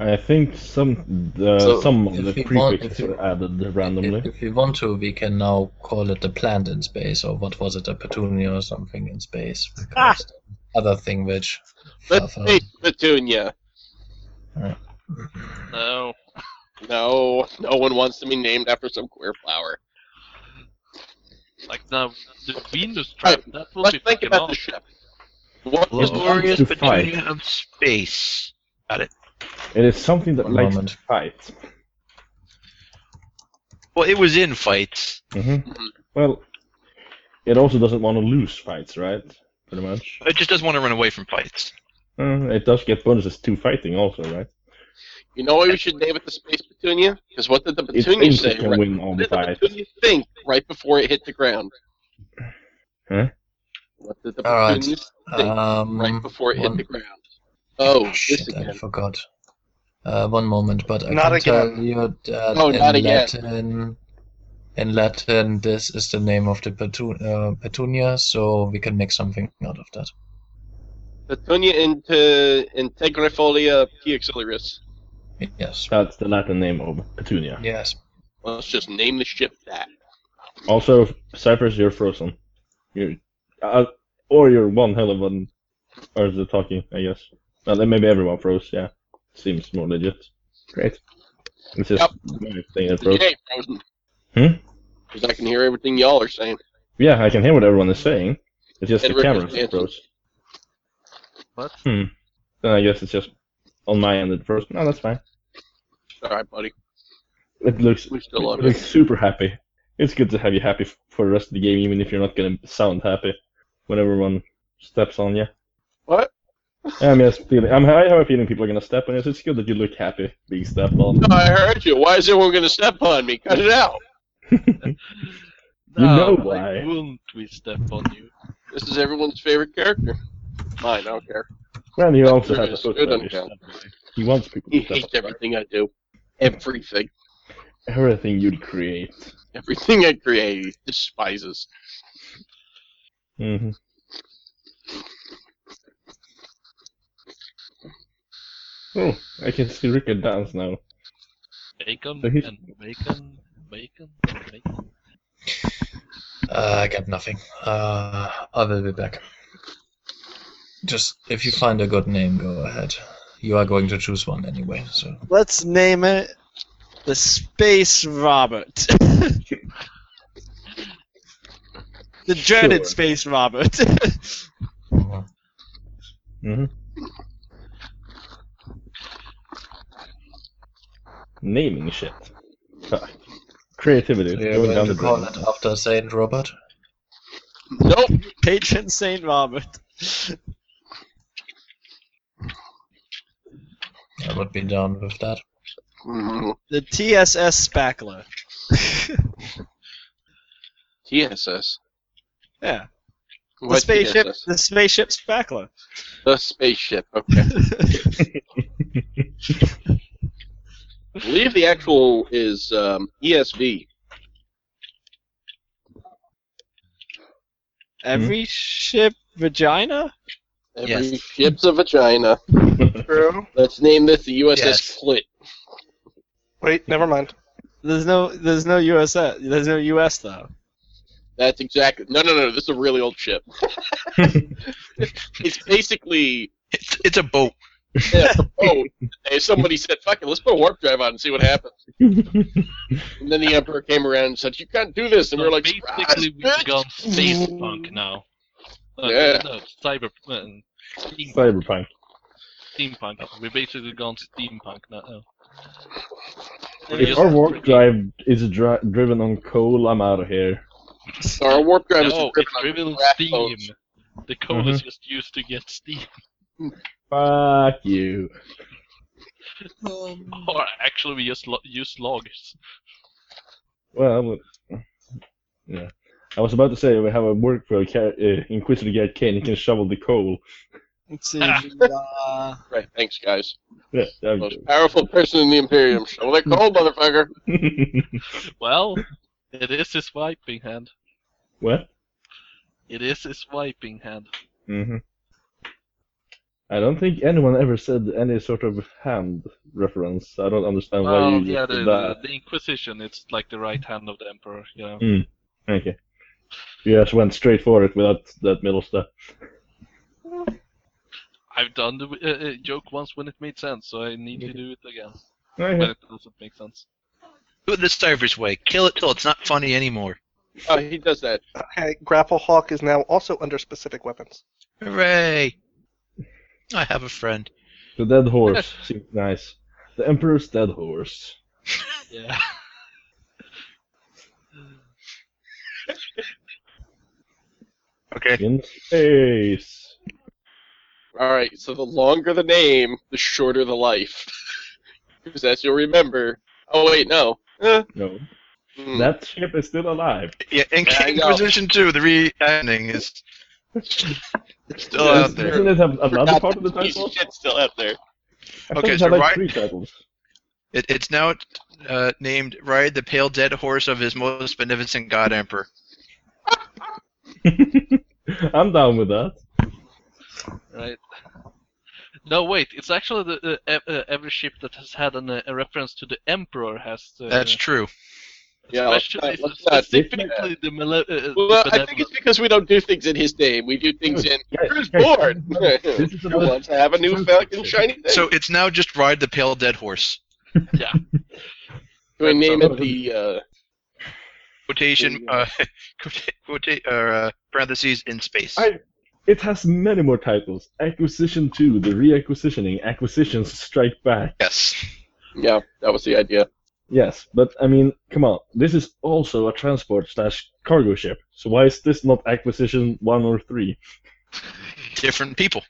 Speaker 8: I think some uh,
Speaker 4: So,
Speaker 8: some of
Speaker 4: if
Speaker 8: the
Speaker 4: we want-
Speaker 8: prefixes
Speaker 4: if we-
Speaker 8: were added randomly.
Speaker 4: If we want to, we can now call it a plant in space, or what was it, a petunia or something in space. because the Other thing which.
Speaker 6: Let's
Speaker 4: Far-
Speaker 6: say Petunia.
Speaker 4: Alright.
Speaker 6: No. No. No one wants to be named after some queer flower.
Speaker 7: Like now, the Venus trap. that will
Speaker 6: Let's
Speaker 7: be
Speaker 6: think
Speaker 7: fucking
Speaker 6: about
Speaker 7: awesome.
Speaker 6: the ship. What
Speaker 8: Well,
Speaker 6: is
Speaker 8: it's
Speaker 6: glorious
Speaker 8: up to five.
Speaker 6: Petunia
Speaker 3: of space? Got it.
Speaker 8: It is something that
Speaker 4: One
Speaker 8: likes
Speaker 4: moment.
Speaker 8: to fight.
Speaker 3: Well, it was in fights.
Speaker 8: hmm Well, it also doesn't want to lose fights, right? Pretty much.
Speaker 3: It just doesn't want to run away from fights.
Speaker 8: Uh, it does get bonuses to fighting, also, right?
Speaker 6: You know why we should name it the Space Petunia? Because what did the
Speaker 8: It
Speaker 6: Petunia
Speaker 8: thinks
Speaker 6: say?
Speaker 8: it can
Speaker 6: Right,
Speaker 8: win all
Speaker 6: what
Speaker 8: the
Speaker 6: did the
Speaker 8: fights.
Speaker 6: Petunia think right before it hit the ground?
Speaker 8: Huh?
Speaker 6: What did the
Speaker 4: Alright,
Speaker 6: Petunia think
Speaker 4: Um,
Speaker 6: right before it hit
Speaker 4: one-
Speaker 6: the ground? Oh, this
Speaker 4: Shit, I
Speaker 6: again.
Speaker 4: forgot. Uh, one moment, but I
Speaker 5: Not
Speaker 4: can
Speaker 5: again.
Speaker 4: tell you that uh,
Speaker 6: No,
Speaker 4: in
Speaker 6: not again.
Speaker 4: Latin, in Latin, this is the name of the petun- uh, petunia, so we can make something out of that.
Speaker 6: Petunia into integrifolia P. axillarius.
Speaker 4: Yes.
Speaker 8: That's the Latin name of Petunia.
Speaker 4: Yes.
Speaker 6: Well, let's just name the ship that.
Speaker 8: Also, Cypress, you're frozen. You're, uh, or you're one hell of an. Or is it talking? I guess. Well, then maybe everyone froze. Yeah, seems more legit. Great. It's just my thing that froze.
Speaker 6: Yay, frozen.
Speaker 8: Hmm?
Speaker 6: Because I can hear everything y'all are saying.
Speaker 8: Yeah, I can hear what everyone is saying. It's just
Speaker 6: And
Speaker 8: the
Speaker 6: Rick
Speaker 8: camera
Speaker 6: is dancing.
Speaker 8: that froze.
Speaker 7: What?
Speaker 8: Hmm. Then I guess it's just on my end at first. No, Oh, that's fine.
Speaker 6: Alright, buddy.
Speaker 8: It looks,
Speaker 6: We still love
Speaker 8: it looks super happy. It's good to have you happy f- for the rest of the game, even if you're not gonna sound happy when everyone steps on you.
Speaker 6: What?
Speaker 8: I'm just feeling. I'm, I have a feeling people are gonna step on you. So it's good that you look happy being stepped on.
Speaker 6: No, I heard you. Why is everyone going to step on me? Cut it out.
Speaker 8: You know
Speaker 7: like,
Speaker 8: why.
Speaker 7: won't we step on you?
Speaker 6: This is everyone's favorite character. Mine, I don't care.
Speaker 8: Well, you also
Speaker 6: There
Speaker 8: have a
Speaker 6: is
Speaker 8: foot
Speaker 6: good
Speaker 8: fetish.
Speaker 6: on
Speaker 8: He wants people
Speaker 6: He
Speaker 8: to step
Speaker 6: hates
Speaker 8: on
Speaker 6: everything I do. Everything.
Speaker 8: everything you create.
Speaker 6: Everything I create, he despises.
Speaker 8: hmm Oh, I can see Rickard dance now.
Speaker 7: Bacon
Speaker 8: So he's-
Speaker 7: and bacon, bacon, and bacon.
Speaker 4: Uh, I got nothing. Uh, I will be back. Just if you find a good name, go ahead. You are going to choose one anyway, so
Speaker 9: Let's name it the Space Robert. the dreaded
Speaker 8: Sure.
Speaker 9: Space Robert.
Speaker 4: mhm.
Speaker 8: hmm Naming shit. Ah, Creativity.
Speaker 4: So you're
Speaker 8: going
Speaker 4: going
Speaker 8: down
Speaker 4: to
Speaker 8: the
Speaker 4: call
Speaker 8: drain.
Speaker 4: it after Saint Robert.
Speaker 6: Nope.
Speaker 9: Patron Saint Robert.
Speaker 4: I would be down with that.
Speaker 6: Mhm.
Speaker 9: The TSS Spackler.
Speaker 6: TSS.
Speaker 9: Yeah. The
Speaker 6: What
Speaker 9: spaceship
Speaker 6: TSS?
Speaker 9: the spaceship Spackler.
Speaker 6: The spaceship. Okay. I believe the actual is um, ESV.
Speaker 9: Every ship vagina?
Speaker 6: Every
Speaker 3: Yes.
Speaker 6: ship's a vagina.
Speaker 5: True.
Speaker 6: Let's name this the USS
Speaker 3: Yes.
Speaker 6: Clit.
Speaker 5: Wait, never mind.
Speaker 9: There's no there's no US there's no US though.
Speaker 6: That's exactly. No, no, no. This is a really old ship. it's basically
Speaker 3: It's it's a boat.
Speaker 6: yeah, it's a boat. And somebody said, "Fuck it, let's put a warp drive on and see what happens." And then the Emperor came around and said, "You can't do this." And we
Speaker 7: So
Speaker 6: we're like,
Speaker 7: basically,
Speaker 6: "Ah,
Speaker 7: we've gone space punk now. Uh,
Speaker 6: Yeah.
Speaker 7: No, cyber, uh, steam,
Speaker 8: Cyberpunk.
Speaker 7: steampunk. We've basically gone steampunk now. Oh.
Speaker 8: If our warp drive is dri- driven on coal, I'm out of here.
Speaker 6: bitch." Our warp drive is
Speaker 7: No,
Speaker 6: driven
Speaker 7: it's
Speaker 6: on
Speaker 7: driven on
Speaker 6: craft
Speaker 7: steam.
Speaker 6: boats.
Speaker 7: The code is
Speaker 8: Mm-hmm.
Speaker 7: just used to get steam.
Speaker 8: Fuck you.
Speaker 7: Or actually, we just lo- use logs.
Speaker 8: Well, yeah. I was about to say we have a work for a car- uh, Inquisitor Guy Kane. He can shovel the coal.
Speaker 9: Let's see. uh,
Speaker 6: Right, thanks, guys.
Speaker 8: Yeah, that was
Speaker 6: Most powerful person in the Imperium. Show that cold, motherfucker.
Speaker 7: Well, it is his wiping hand.
Speaker 8: What?
Speaker 7: It is his wiping hand.
Speaker 8: hmm I don't think anyone ever said any sort of hand reference. I don't understand why
Speaker 7: Well,
Speaker 8: you
Speaker 7: yeah,
Speaker 8: just
Speaker 7: the,
Speaker 8: did
Speaker 7: the,
Speaker 8: that.
Speaker 7: the Inquisition, it's like the right hand of the Emperor, you know.
Speaker 8: Mm. Okay. You just went straight for it without that middle step. Mm.
Speaker 7: I've done the uh, uh, joke once when it made sense, so I need to do it again.
Speaker 8: Okay.
Speaker 7: When it doesn't make sense.
Speaker 3: Do it the Cypher's way. Kill it till it's not funny anymore.
Speaker 6: Oh, he does that.
Speaker 5: Okay, Grapple Hawk is now also under specific weapons.
Speaker 3: Hooray! I have a friend.
Speaker 8: The dead horse seems nice. The Emperor's dead horse.
Speaker 7: Yeah.
Speaker 3: Okay.
Speaker 8: In space.
Speaker 6: All right, so the longer the name, the shorter the life. Because as you'll remember. Oh, wait, no. Eh,
Speaker 8: No.
Speaker 9: Mm.
Speaker 6: hmm.
Speaker 8: That ship is still alive.
Speaker 3: Yeah, and
Speaker 6: Yeah, I know.
Speaker 3: Inquisition 2, the re ending is it's still out there.
Speaker 8: Doesn't it have another
Speaker 6: Forgot
Speaker 8: part of the
Speaker 6: that piece
Speaker 8: title?
Speaker 6: shit's still out there.
Speaker 8: I thought
Speaker 3: Okay,
Speaker 8: it
Speaker 3: so
Speaker 8: had like
Speaker 3: right-
Speaker 8: three titles.
Speaker 3: It, it's now uh, named Ride the Pale Dead Horse of His Most Beneficent God Emperor.
Speaker 8: I'm down with that.
Speaker 7: Right. No, wait. It's actually the uh, ev- uh, every ship that has had an, uh, a reference to the Emperor has. Uh,
Speaker 3: That's true.
Speaker 6: Yeah, let's
Speaker 7: especially-
Speaker 6: not, let's not do
Speaker 7: specifically
Speaker 6: that.
Speaker 7: the male- uh, uh,
Speaker 6: Well, I
Speaker 7: benevolent.
Speaker 6: think it's because we don't do things in his name. We do things in
Speaker 8: Guys,
Speaker 6: who's
Speaker 8: guys,
Speaker 6: bored.
Speaker 8: this is
Speaker 6: Who
Speaker 8: another-
Speaker 6: wants to have a new fucking shiny thing?
Speaker 3: So it's now just Ride the Pale Dead Horse.
Speaker 7: Yeah.
Speaker 6: Do we name it the uh,
Speaker 3: Quotation, uh, quota- quota- or, uh, parentheses in space.
Speaker 8: I- It has many more titles. Acquisition 2, the reacquisitioning, acquisitions strike back.
Speaker 3: Yes.
Speaker 6: yeah? That was the idea.
Speaker 8: Yes, but I mean, come on. This is also a transport slash cargo ship. So why is this not acquisition 1 or 3?
Speaker 3: Different people.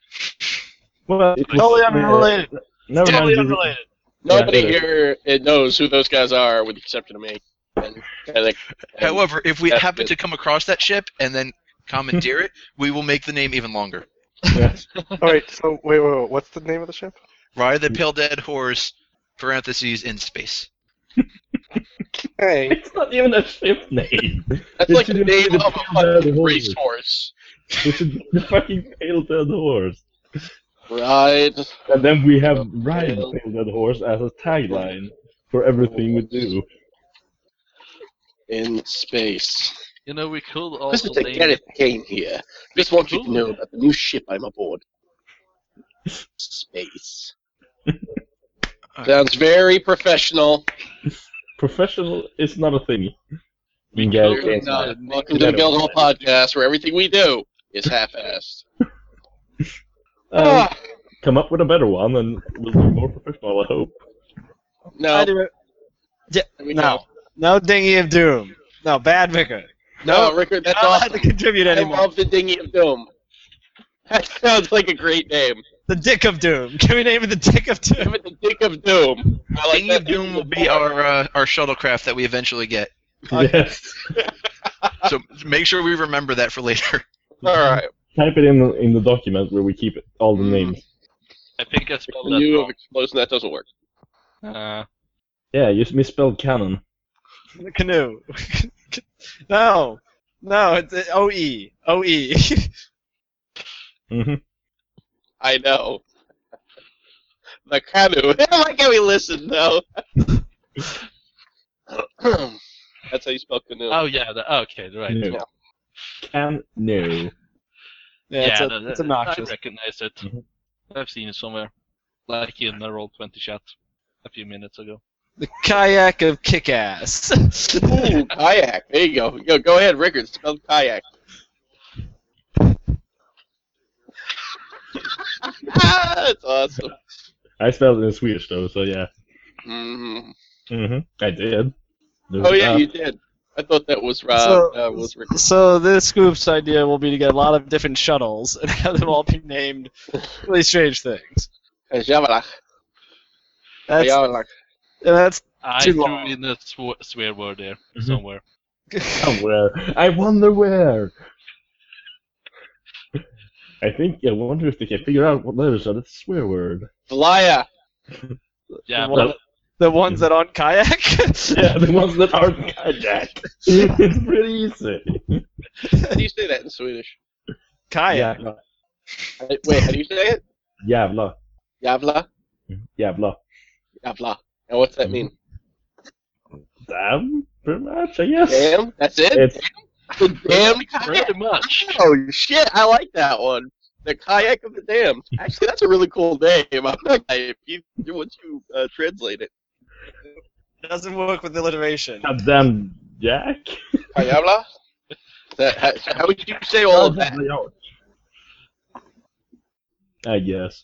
Speaker 8: Well, it was,
Speaker 9: totally
Speaker 8: uh,
Speaker 9: unrelated.
Speaker 8: never
Speaker 9: Totally
Speaker 8: mind.
Speaker 9: unrelated.
Speaker 6: Nobody
Speaker 8: Yeah.
Speaker 6: here uh, knows who those guys are, with the exception of me. And, and, and,
Speaker 3: However, if we
Speaker 6: That's
Speaker 3: happen
Speaker 6: good.
Speaker 3: to come across that ship and then commandeer it, we will make the name even longer.
Speaker 8: Yes.
Speaker 5: All right, so wait, wait, wait, what's the name of the ship?
Speaker 3: Ride the Pale Dead Horse, parentheses in space.
Speaker 5: Hey,
Speaker 8: It's not even a ship name.
Speaker 6: that's
Speaker 8: It
Speaker 6: like the
Speaker 8: should be
Speaker 6: name
Speaker 8: the
Speaker 6: of a
Speaker 8: Pale Dead
Speaker 6: fucking
Speaker 8: Horse.
Speaker 6: racehorse.
Speaker 8: This is the fucking pale dead horse.
Speaker 6: Right.
Speaker 8: And then we have ride
Speaker 6: Pale-
Speaker 8: the pale dead horse as a tagline for everything we do.
Speaker 6: in space.
Speaker 7: You know, we could
Speaker 6: This
Speaker 7: also
Speaker 6: is a
Speaker 7: name
Speaker 6: Garrett Kane here. Just want you to know about the new ship I'm aboard. Space. Sounds very professional.
Speaker 8: Professional is not a thing. Being
Speaker 6: Clearly not. Uh, Welcome to the Guild Hall podcast, where everything we do is half-assed.
Speaker 8: Um,
Speaker 6: Ah,
Speaker 8: come up with a better one and we'll be more professional, I hope.
Speaker 6: no,
Speaker 9: I do it.
Speaker 6: we
Speaker 9: No. No dinghy of doom. No, bad vicar.
Speaker 6: don't. no, Rickard, that's
Speaker 9: Not allowed to
Speaker 6: awesome.
Speaker 9: contribute
Speaker 6: I
Speaker 9: anymore.
Speaker 6: love the dinghy of doom. That sounds like a great name.
Speaker 9: The dick of doom. Can we name it the dick of
Speaker 6: Give
Speaker 9: doom?
Speaker 6: it the dick of doom. I like
Speaker 3: King of
Speaker 6: that.
Speaker 3: Doom will be our uh, our shuttlecraft that we eventually get.
Speaker 8: Yes.
Speaker 3: So make sure we remember that for later.
Speaker 6: All right.
Speaker 8: Type it in the, in the document where we keep it, all the names.
Speaker 7: I think I spelled that
Speaker 6: You of
Speaker 7: wrong.
Speaker 6: explosion. That doesn't work.
Speaker 9: Uh,
Speaker 8: Yeah, you misspelled cannon.
Speaker 9: the canoe. no. No, it's uh, OE. OE.
Speaker 8: hmm
Speaker 6: I know. The canoe. Why can't we listen though? That's how you spell canoe.
Speaker 7: Oh yeah. The, okay. Right.
Speaker 8: No. Can no.
Speaker 9: yeah, it's, a,
Speaker 7: no, no,
Speaker 9: it's
Speaker 7: I
Speaker 9: obnoxious. Mm-hmm.
Speaker 7: recognize it.
Speaker 8: Mhm.
Speaker 7: I've seen it somewhere, like in the roll twenty chat a few minutes ago.
Speaker 9: The kayak of kick ass.
Speaker 6: Ooh, kayak. There you go. Go, go ahead, Rickard. Spell kayak. ah, that's awesome.
Speaker 8: I spelled it in Swedish though, so yeah.
Speaker 6: hmm
Speaker 8: hmm I did. There's
Speaker 6: Oh yeah,
Speaker 8: that.
Speaker 6: you did. I thought that was Rob.
Speaker 9: So-
Speaker 6: uh, was Rickard.
Speaker 9: so this group's idea will be to get a lot of different shuttles and have them all be named really strange things.
Speaker 6: Javalach.
Speaker 9: That's
Speaker 6: Javalach.
Speaker 9: and that's
Speaker 6: Uh,
Speaker 7: I
Speaker 9: Too
Speaker 7: threw
Speaker 9: long. Mm-hmm.
Speaker 7: in a sw- swear word there
Speaker 8: Mhm.
Speaker 7: somewhere.
Speaker 8: somewhere. I wonder where. I think. I wonder if they can figure out what letters are the swear word.
Speaker 6: Valaya.
Speaker 7: Yeah,
Speaker 8: one- but-
Speaker 11: the ones that aren't kayak.
Speaker 8: yeah, the ones that aren't kayak. it's pretty easy.
Speaker 6: How do you say that in Swedish?
Speaker 8: Kayak.
Speaker 6: I- Wait, how do you say it?
Speaker 8: Jävla.
Speaker 6: Javla.
Speaker 8: Jävla.
Speaker 6: Javla. And what's that mean?
Speaker 8: Damn, pretty much, I guess.
Speaker 6: Damn. That's it.
Speaker 8: It's-
Speaker 6: Damn. The damn kayak.
Speaker 7: much.
Speaker 6: Oh shit! I like that one. The kayak of the damned. Actually, that's a really cool name. I'm not. If you once you uh, translate it.
Speaker 11: It doesn't work with alliteration.
Speaker 8: Goddamn Jack.
Speaker 6: Kayabla? That, how, how would you say all of that?
Speaker 8: I guess.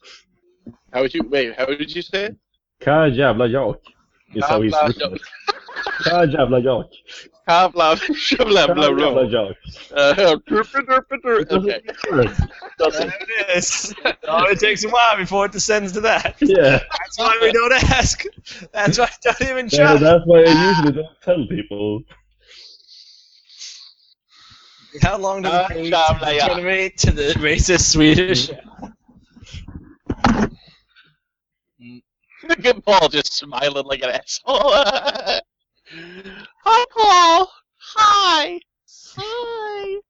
Speaker 6: How would you wait? How would you say it?
Speaker 8: Ka jävla jak. Is how he's written it. Ka jävla jak.
Speaker 6: Kavla, shavla, blah, blah.
Speaker 8: Jävla jak.
Speaker 6: Uh, derpa, derpa, der- Okay.
Speaker 8: Doesn't.
Speaker 11: It is. Oh, it takes a while before it descends to that.
Speaker 8: Yeah.
Speaker 11: That's why we don't ask. That's why I don't even
Speaker 8: Yeah,
Speaker 11: try.
Speaker 8: that's why I usually don't tell people.
Speaker 11: How long does
Speaker 6: Uh,
Speaker 11: it take to
Speaker 6: yeah.
Speaker 9: eh,
Speaker 11: generate to the racist Swedish?
Speaker 6: Look at Paul just smiling like an asshole. Hi, Paul. Hi. Hi.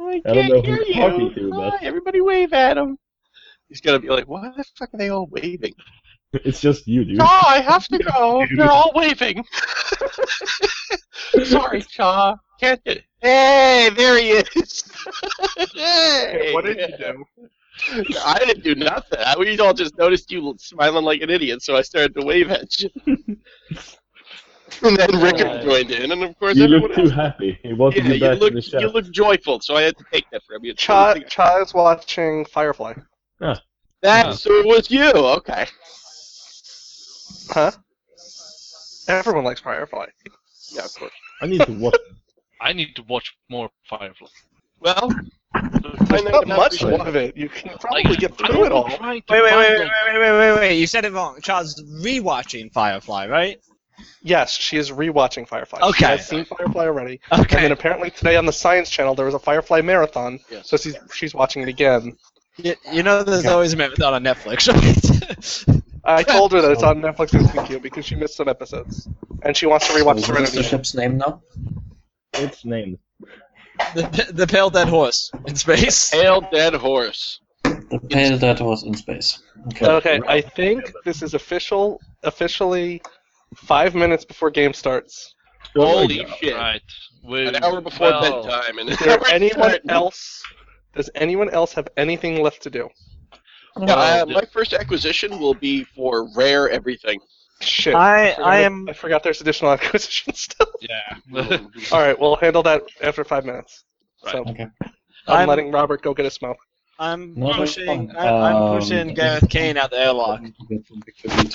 Speaker 6: I
Speaker 8: I don't
Speaker 6: can't
Speaker 8: know who
Speaker 6: hear
Speaker 8: he's
Speaker 6: you.
Speaker 8: talking to,
Speaker 6: Hi.
Speaker 8: but
Speaker 6: Everybody wave at him. He's gonna be like, why the fuck are they all waving?
Speaker 8: it's just you, dude.
Speaker 6: No, I have to go. They're all waving. Sorry, Cha. Can't get. Hey, there he is. hey.
Speaker 5: What did you
Speaker 6: I didn't do nothing. I, we all just noticed you smiling like an idiot, so I started to wave at you. and then Rickard joined in, and of course
Speaker 8: You
Speaker 6: everyone
Speaker 8: look too
Speaker 6: else.
Speaker 8: happy. He wants
Speaker 6: Yeah,
Speaker 8: to be
Speaker 6: you
Speaker 8: back
Speaker 6: look
Speaker 8: in the chat.
Speaker 6: you look joyful, so I had to take that from you.
Speaker 5: Cha, Cha is watching Firefly.
Speaker 6: that so it was you. Okay.
Speaker 5: Huh? Everyone likes Firefly.
Speaker 6: Yeah, of course.
Speaker 8: I need to watch.
Speaker 7: I need to watch more Firefly.
Speaker 6: Well,
Speaker 5: There's not much of it. You can probably get through it all.
Speaker 7: Trying to
Speaker 9: Wait, wait,
Speaker 7: find
Speaker 9: wait,
Speaker 7: a-
Speaker 9: wait, wait, wait, wait, wait. You said it wrong. Charles is rewatching Firefly, right?
Speaker 5: Yes, she is rewatching Firefly. She
Speaker 9: Okay.
Speaker 5: has seen Firefly already.
Speaker 9: Okay.
Speaker 5: And then apparently today on the Science Channel there was a Firefly marathon,
Speaker 6: Yes.
Speaker 5: so she's she's watching it again.
Speaker 9: You, you know there's always a marathon on Netflix, right?
Speaker 5: I told her that it's on Netflix and Vimeo because she missed some episodes, and she wants to rewatch
Speaker 4: So what's
Speaker 5: Serenity.
Speaker 4: the ship's name now?
Speaker 8: It's named.
Speaker 9: the, the pale dead horse in space.
Speaker 6: Pale dead horse.
Speaker 4: The pale dead horse in space. Okay.
Speaker 5: Okay, I think this is official. Officially, five minutes before game starts.
Speaker 6: Holy shit!
Speaker 7: Right.
Speaker 6: An hour before bedtime, and
Speaker 5: Is there anyone else? Does anyone else have anything left to do?
Speaker 6: Yeah, uh, my first acquisition will be for rare everything.
Speaker 5: Shit.
Speaker 11: I-
Speaker 5: forgot-
Speaker 11: I am-
Speaker 5: I forgot there's additional acquisition still.
Speaker 7: Yeah.
Speaker 5: All right, we'll handle that after five minutes. So
Speaker 4: Okay.
Speaker 5: I'm,
Speaker 9: I'm-
Speaker 5: letting Robert go get a smoke.
Speaker 9: I'm
Speaker 4: No, that's
Speaker 9: pushing.
Speaker 4: fine.
Speaker 9: I'm, I'm
Speaker 4: Um,
Speaker 9: pushing Gareth Kane out the airlock.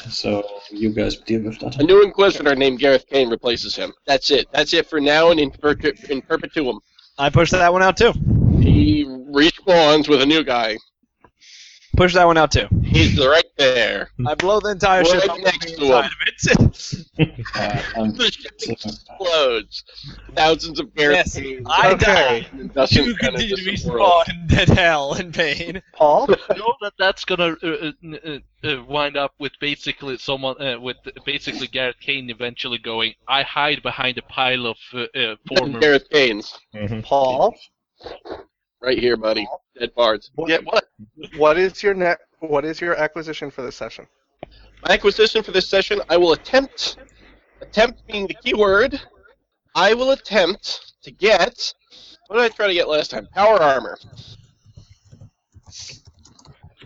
Speaker 4: So you guys deal with that.
Speaker 6: A new Inquisitor named Gareth Kane replaces him. That's it. That's it for now and in, per- in perpetuum.
Speaker 9: I pushed that one out too.
Speaker 6: He respawns with a new guy.
Speaker 9: Push that one out too.
Speaker 6: He's right there.
Speaker 9: I blow the entire ship
Speaker 6: Right
Speaker 9: up with
Speaker 6: next to
Speaker 9: the inside of it.
Speaker 4: Uh, um,
Speaker 6: The ship
Speaker 4: so,
Speaker 6: explodes. Thousands of Gareth
Speaker 9: Yes,
Speaker 6: Kanes.
Speaker 9: I
Speaker 5: Okay.
Speaker 6: You
Speaker 9: You continue to be spawned in dead hell and pain.
Speaker 5: Paul?
Speaker 7: You know that that's gonna uh, uh, n- uh, uh, wind up with basically someone uh, with basically Garrett Kane eventually going. I hide behind a pile of uh, uh, former.
Speaker 6: Gareth Kane's.
Speaker 9: Mm-hmm.
Speaker 5: Paul,
Speaker 6: Right here, buddy. Dead bards.
Speaker 5: What?
Speaker 6: Yeah, what?
Speaker 5: what is your net? What is your acquisition for this session?
Speaker 6: My acquisition for this session, I will attempt, attempt being the key word, I will attempt to get, what did I try to get last time? Power armor.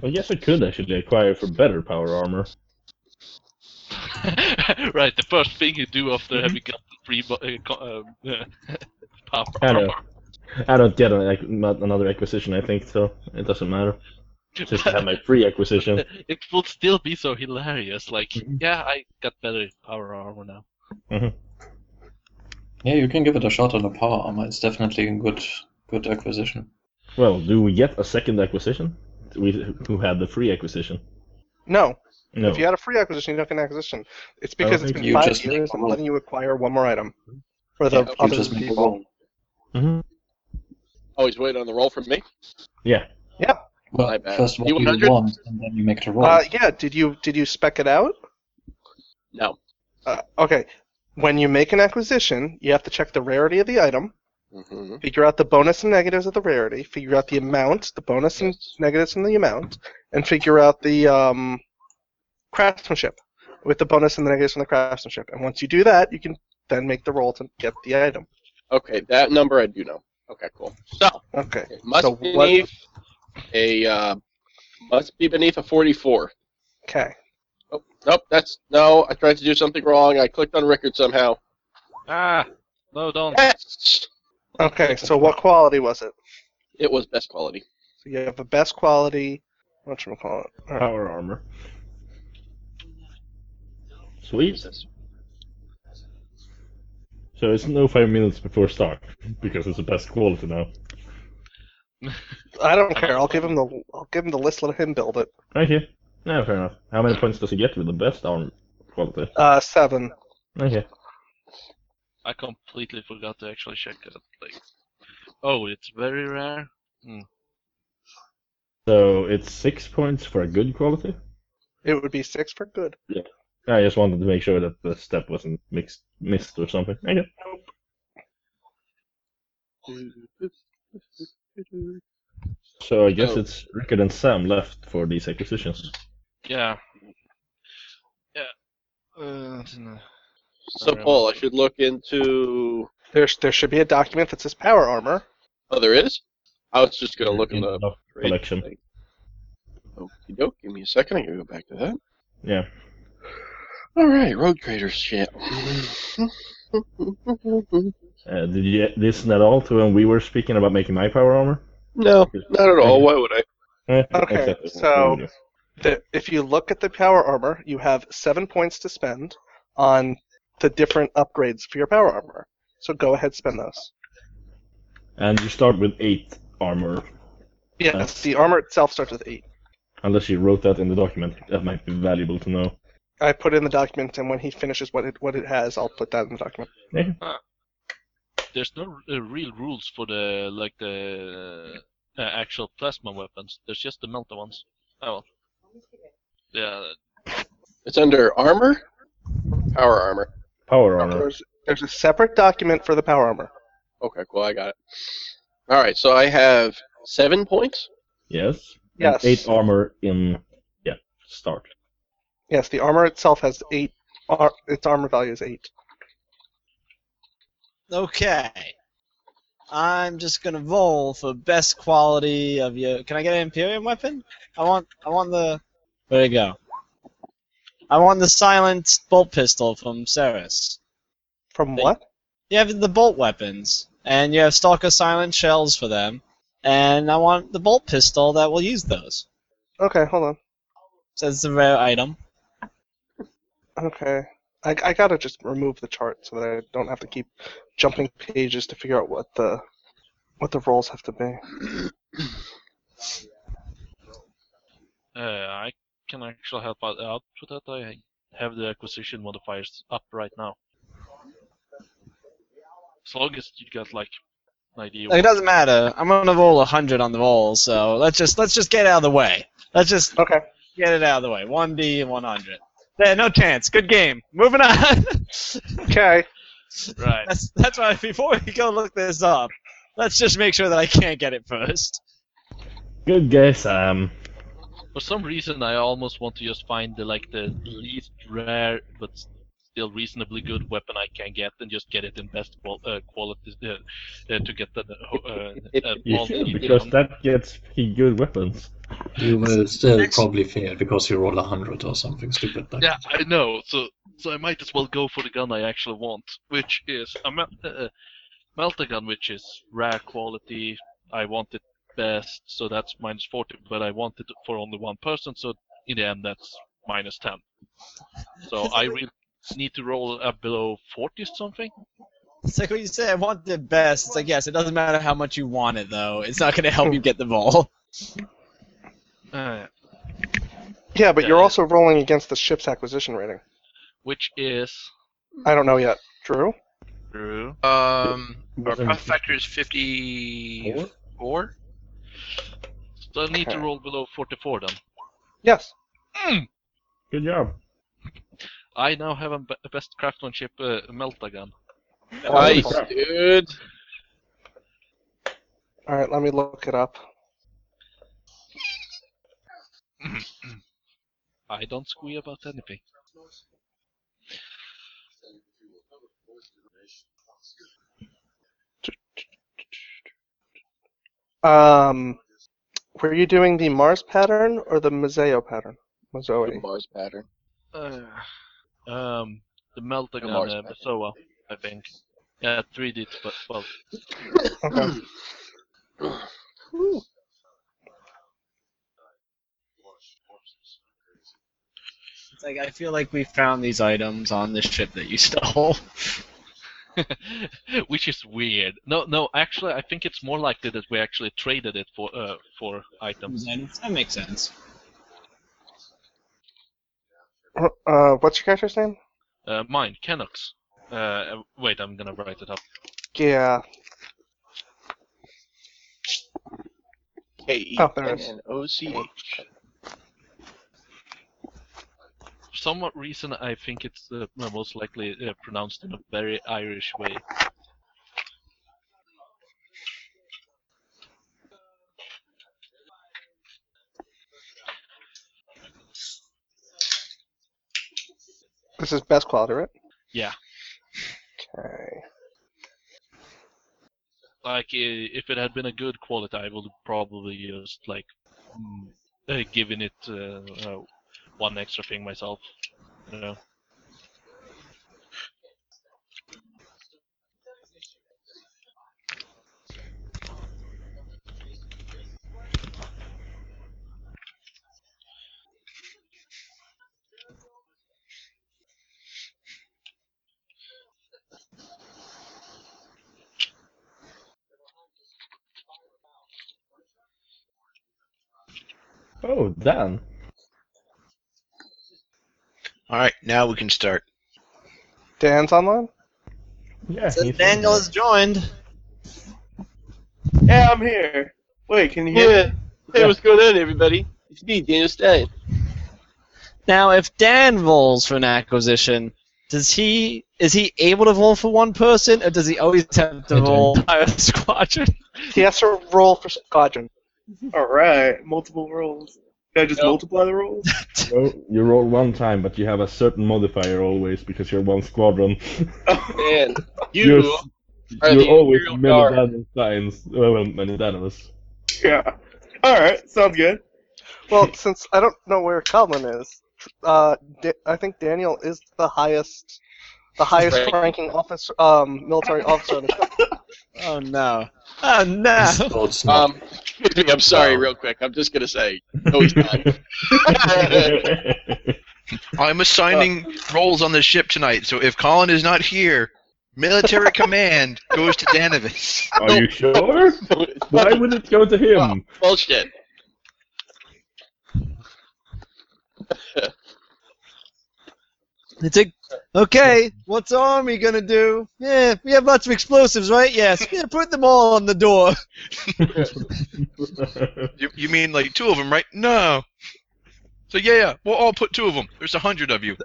Speaker 8: I guess I could actually acquire for better power armor.
Speaker 7: right, the first thing you do after having
Speaker 8: Mm-hmm.
Speaker 7: got the free bu- uh, co- uh, uh, pop
Speaker 8: I know. I don't get an, ac- not another acquisition, I think, so it doesn't matter. Just to have my free acquisition.
Speaker 7: It will still be so hilarious. Like,
Speaker 8: Mm-hmm.
Speaker 7: yeah, I got better power armor now.
Speaker 4: yeah, you can give it a shot on the power armor. It's definitely a good good acquisition.
Speaker 8: Well, do we get a second acquisition? We who had the free acquisition?
Speaker 5: No.
Speaker 8: No.
Speaker 5: If you had a free acquisition, you don't get an acquisition. It's
Speaker 8: don't
Speaker 5: because it's
Speaker 8: think
Speaker 5: been
Speaker 4: you
Speaker 5: five
Speaker 4: just make
Speaker 5: years.
Speaker 4: one
Speaker 5: I'm
Speaker 4: up.
Speaker 5: letting you acquire one more item for the
Speaker 6: Yeah, you
Speaker 4: You
Speaker 5: other
Speaker 4: just make a
Speaker 5: people.
Speaker 4: roll.
Speaker 8: Mhm.
Speaker 6: Always wait on the roll from me.
Speaker 8: Yeah.
Speaker 5: Yeah.
Speaker 12: Well,
Speaker 6: My bad.
Speaker 12: first what
Speaker 6: You
Speaker 12: do you
Speaker 6: 100?
Speaker 12: want, and then you make the roll.
Speaker 5: Uh, yeah. Did you did you spec it out?
Speaker 6: No.
Speaker 5: Uh, okay. When you make an acquisition, you have to check the rarity of the item,
Speaker 6: Mhm.
Speaker 5: figure out the bonus and negatives of the rarity, figure out the amount, the bonus and negatives and the amount, and figure out the um, craftsmanship with the bonus and the negatives from the craftsmanship. And once you do that, you can then make the roll to get the item.
Speaker 6: Okay, that number I do know. Okay, cool. So
Speaker 5: Okay.
Speaker 6: it must
Speaker 5: So
Speaker 6: be
Speaker 5: what-
Speaker 6: beneath a uh, must be beneath a forty-four.
Speaker 5: Okay.
Speaker 6: Oh, nope, that's no. I tried to do something wrong. I clicked on record somehow.
Speaker 7: Ah, no, don't.
Speaker 5: Okay. So what quality was it?
Speaker 6: It was best quality.
Speaker 5: So you have the best quality. uh, What you call it?
Speaker 8: Power armor. Sweet. So it's no five minutes before start because it's the best quality now.
Speaker 5: I don't care. I'll give him the I'll give him the list. Let him build it.
Speaker 8: Okay. Yeah, fair enough. How many points does he get with the best armor quality?
Speaker 5: Uh, seven.
Speaker 8: Okay.
Speaker 7: I completely forgot to actually check it. Like, oh, it's very rare. Hmm.
Speaker 8: So it's six points for a good quality.
Speaker 5: It would be six for good.
Speaker 8: Yeah. I just wanted to make sure that the step wasn't mixed, missed or something. Okay. So I guess
Speaker 7: Oh.
Speaker 8: it's Rickard and Sam left for these acquisitions.
Speaker 7: Yeah. Yeah. Uh, it's in a-
Speaker 6: So Paul, I should look into.
Speaker 5: There there should be a document that says power armor.
Speaker 6: Oh, there is. I was just gonna look in the trade
Speaker 8: collection.
Speaker 6: thing. Okie doke. Give me a second. I gotta go back to that.
Speaker 8: Yeah.
Speaker 6: All right, road traders shit.
Speaker 8: Uh, did you listen at all to when we were speaking about making my power armor?
Speaker 6: No, not at all. Why would I?
Speaker 8: Eh,
Speaker 5: Okay,
Speaker 8: exactly.
Speaker 5: so the, if you look at the power armor, you have seven points to spend on the different upgrades for your power armor. So go ahead, spend those.
Speaker 8: And you start with eight armor,
Speaker 5: Yes, the armor itself starts with eight.
Speaker 8: unless you wrote that in the document. That might be valuable to know.
Speaker 5: I put it in the document, and when he finishes what it what it has, I'll put that in the document.
Speaker 7: Ah. There's no uh, real rules for the like the uh, actual plasma weapons. There's just the melter ones. Oh, well. yeah.
Speaker 6: It's under armor, power armor.
Speaker 8: Power armor.
Speaker 5: There's, there's a separate document for the power armor.
Speaker 6: Okay, cool. I got it. All right, so I have seven points.
Speaker 8: Yes. And
Speaker 5: Yes.
Speaker 8: eight armor in yeah start.
Speaker 5: Yes, the armor itself has eight. Ar- its armor value is eight.
Speaker 9: Okay. I'm just gonna roll for best quality of your. Can I get an Imperium weapon? I want. I want the. Where'd it go? I want the silent bolt pistol from Ceres.
Speaker 5: From what?
Speaker 9: You have the bolt weapons, and you have Stalker silent shells for them, and I want the bolt pistol that will use those.
Speaker 5: Okay, hold on.
Speaker 9: So that's the rare item.
Speaker 5: Okay. I, I gotta just remove the chart so that I don't have to keep jumping pages to figure out what the what the roles have to be.
Speaker 7: Uh, I can actually help out, out with that. I have the acquisition modifiers up right now. As long as you got like an idea.
Speaker 9: It doesn't matter. I'm gonna roll hundred on the roll, so let's just let's just get it out of the way. Let's just
Speaker 5: okay.
Speaker 9: get it out of the way. One D and one hundred. There, no chance. Good game. Moving on.
Speaker 5: Okay.
Speaker 7: Right.
Speaker 9: That's that's why before we go look this up, let's just make sure that I can't get it first.
Speaker 8: Good guess, um, Sam.
Speaker 7: For some reason, I almost want to just find the like the least rare but s- still reasonably good weapon I can get, and just get it in best qual- uh, quality uh, uh, to get the uh, uh,
Speaker 8: You
Speaker 7: all the
Speaker 8: should, because that gets pretty good weapons.
Speaker 12: You will still probably fail because you roll a hundred or something stupid like.
Speaker 7: Yeah, I know. So, so I might as well go for the gun I actually want, which is a mel- uh, melter gun, which is rare quality. I want it best, so that's minus forty. But I want it for only one person, so in the end, that's minus ten. So I really need to roll uh, below forty something.
Speaker 9: It's like what you say. I want the best. It's like yes, it doesn't matter how much you want it though. It's not gonna help you get the ball.
Speaker 7: Uh,
Speaker 5: Yeah, but you're also rolling against the ship's acquisition rating.
Speaker 7: which is
Speaker 5: I don't know yet. Drew?
Speaker 7: Drew. Um,
Speaker 5: our
Speaker 3: path factor is fifty-four.
Speaker 7: So I need to
Speaker 8: Okay.
Speaker 7: roll below 44 then.
Speaker 5: Yes.
Speaker 6: Hmm.
Speaker 8: Good job.
Speaker 7: I now have a be- best craftsmanship uh, meltagun.
Speaker 5: Nice, Wonderful.
Speaker 6: dude.
Speaker 5: All right, let me look it up.
Speaker 7: I don't squee about anything.
Speaker 5: Um, were you doing the Mars pattern or the Museo pattern? Mozoe.
Speaker 6: Mars pattern.
Speaker 7: Uh, um, the meltagun
Speaker 6: Mars
Speaker 7: uh,
Speaker 6: pattern.
Speaker 7: Besoa, I think. Yeah, 3D, but well.
Speaker 5: Okay.
Speaker 9: It's like I feel like we found these items on the ship that you stole.
Speaker 7: Which is weird. No, no. Actually, I think it's more likely that we actually traded it for uh, for items.
Speaker 9: That makes sense.
Speaker 5: Uh, what's your character's name?
Speaker 7: Uh, mine, Canucks. Uh, Uh, wait, I'm gonna write it up.
Speaker 5: Yeah.
Speaker 6: K E
Speaker 5: Oh,
Speaker 6: N
Speaker 5: there it is.
Speaker 6: N O C H.
Speaker 7: For some reason, I think it's uh, most likely uh, pronounced in a very Irish way.
Speaker 5: This is best quality, right?
Speaker 7: Yeah.
Speaker 5: Okay.
Speaker 7: Like i- if it had been a good quality, I would probably just like mm, uh, giving it uh, uh, one extra thing myself. You know.
Speaker 8: Oh, Dan.
Speaker 3: All right, now we can start.
Speaker 5: Dan's online?
Speaker 8: Yeah.
Speaker 9: Daniel has joined.
Speaker 11: Yeah, I'm here. Wait, can you hear
Speaker 6: Yeah.
Speaker 11: me?
Speaker 6: Hey, what's going on, everybody? It's me, Daniel Stein.
Speaker 9: Now, if Dan rolls for an acquisition, does he is he able to roll for one person, or does he always have to roll entire squadron?
Speaker 5: He has to roll for squadron.
Speaker 11: All right, multiple rolls. Did I just multiply the rolls?
Speaker 8: No, you roll one time, but you have a certain modifier always because you're one squadron.
Speaker 6: Man, you
Speaker 8: You're s-
Speaker 6: are
Speaker 8: You're
Speaker 6: the
Speaker 8: always
Speaker 6: Imperial
Speaker 8: many
Speaker 6: Guard.
Speaker 8: Dan Steins. Well, many Danos.
Speaker 11: Yeah. All right, sounds good.
Speaker 5: Well, since I don't know where Colin is, tr- uh, da- I think Daniel is the highest, the highest
Speaker 9: Right.
Speaker 5: ranking officer, um, military officer. on the ship.
Speaker 9: Oh no! Oh no!
Speaker 6: Um, I'm sorry, real quick. I'm just gonna say, no, he's not.
Speaker 3: I'm assigning roles on the ship tonight, so if Colin is not here, military command goes to Danavis.
Speaker 8: Are you sure? Why would it go to him?
Speaker 6: Bullshit.
Speaker 9: It's a, okay, what's Army gonna do? Yeah, we have lots of explosives, right? Yes. Yeah, put them all on the door.
Speaker 3: You, you mean like two of them, right? No. So yeah, yeah, we'll all put two of them. There's a hundred of you.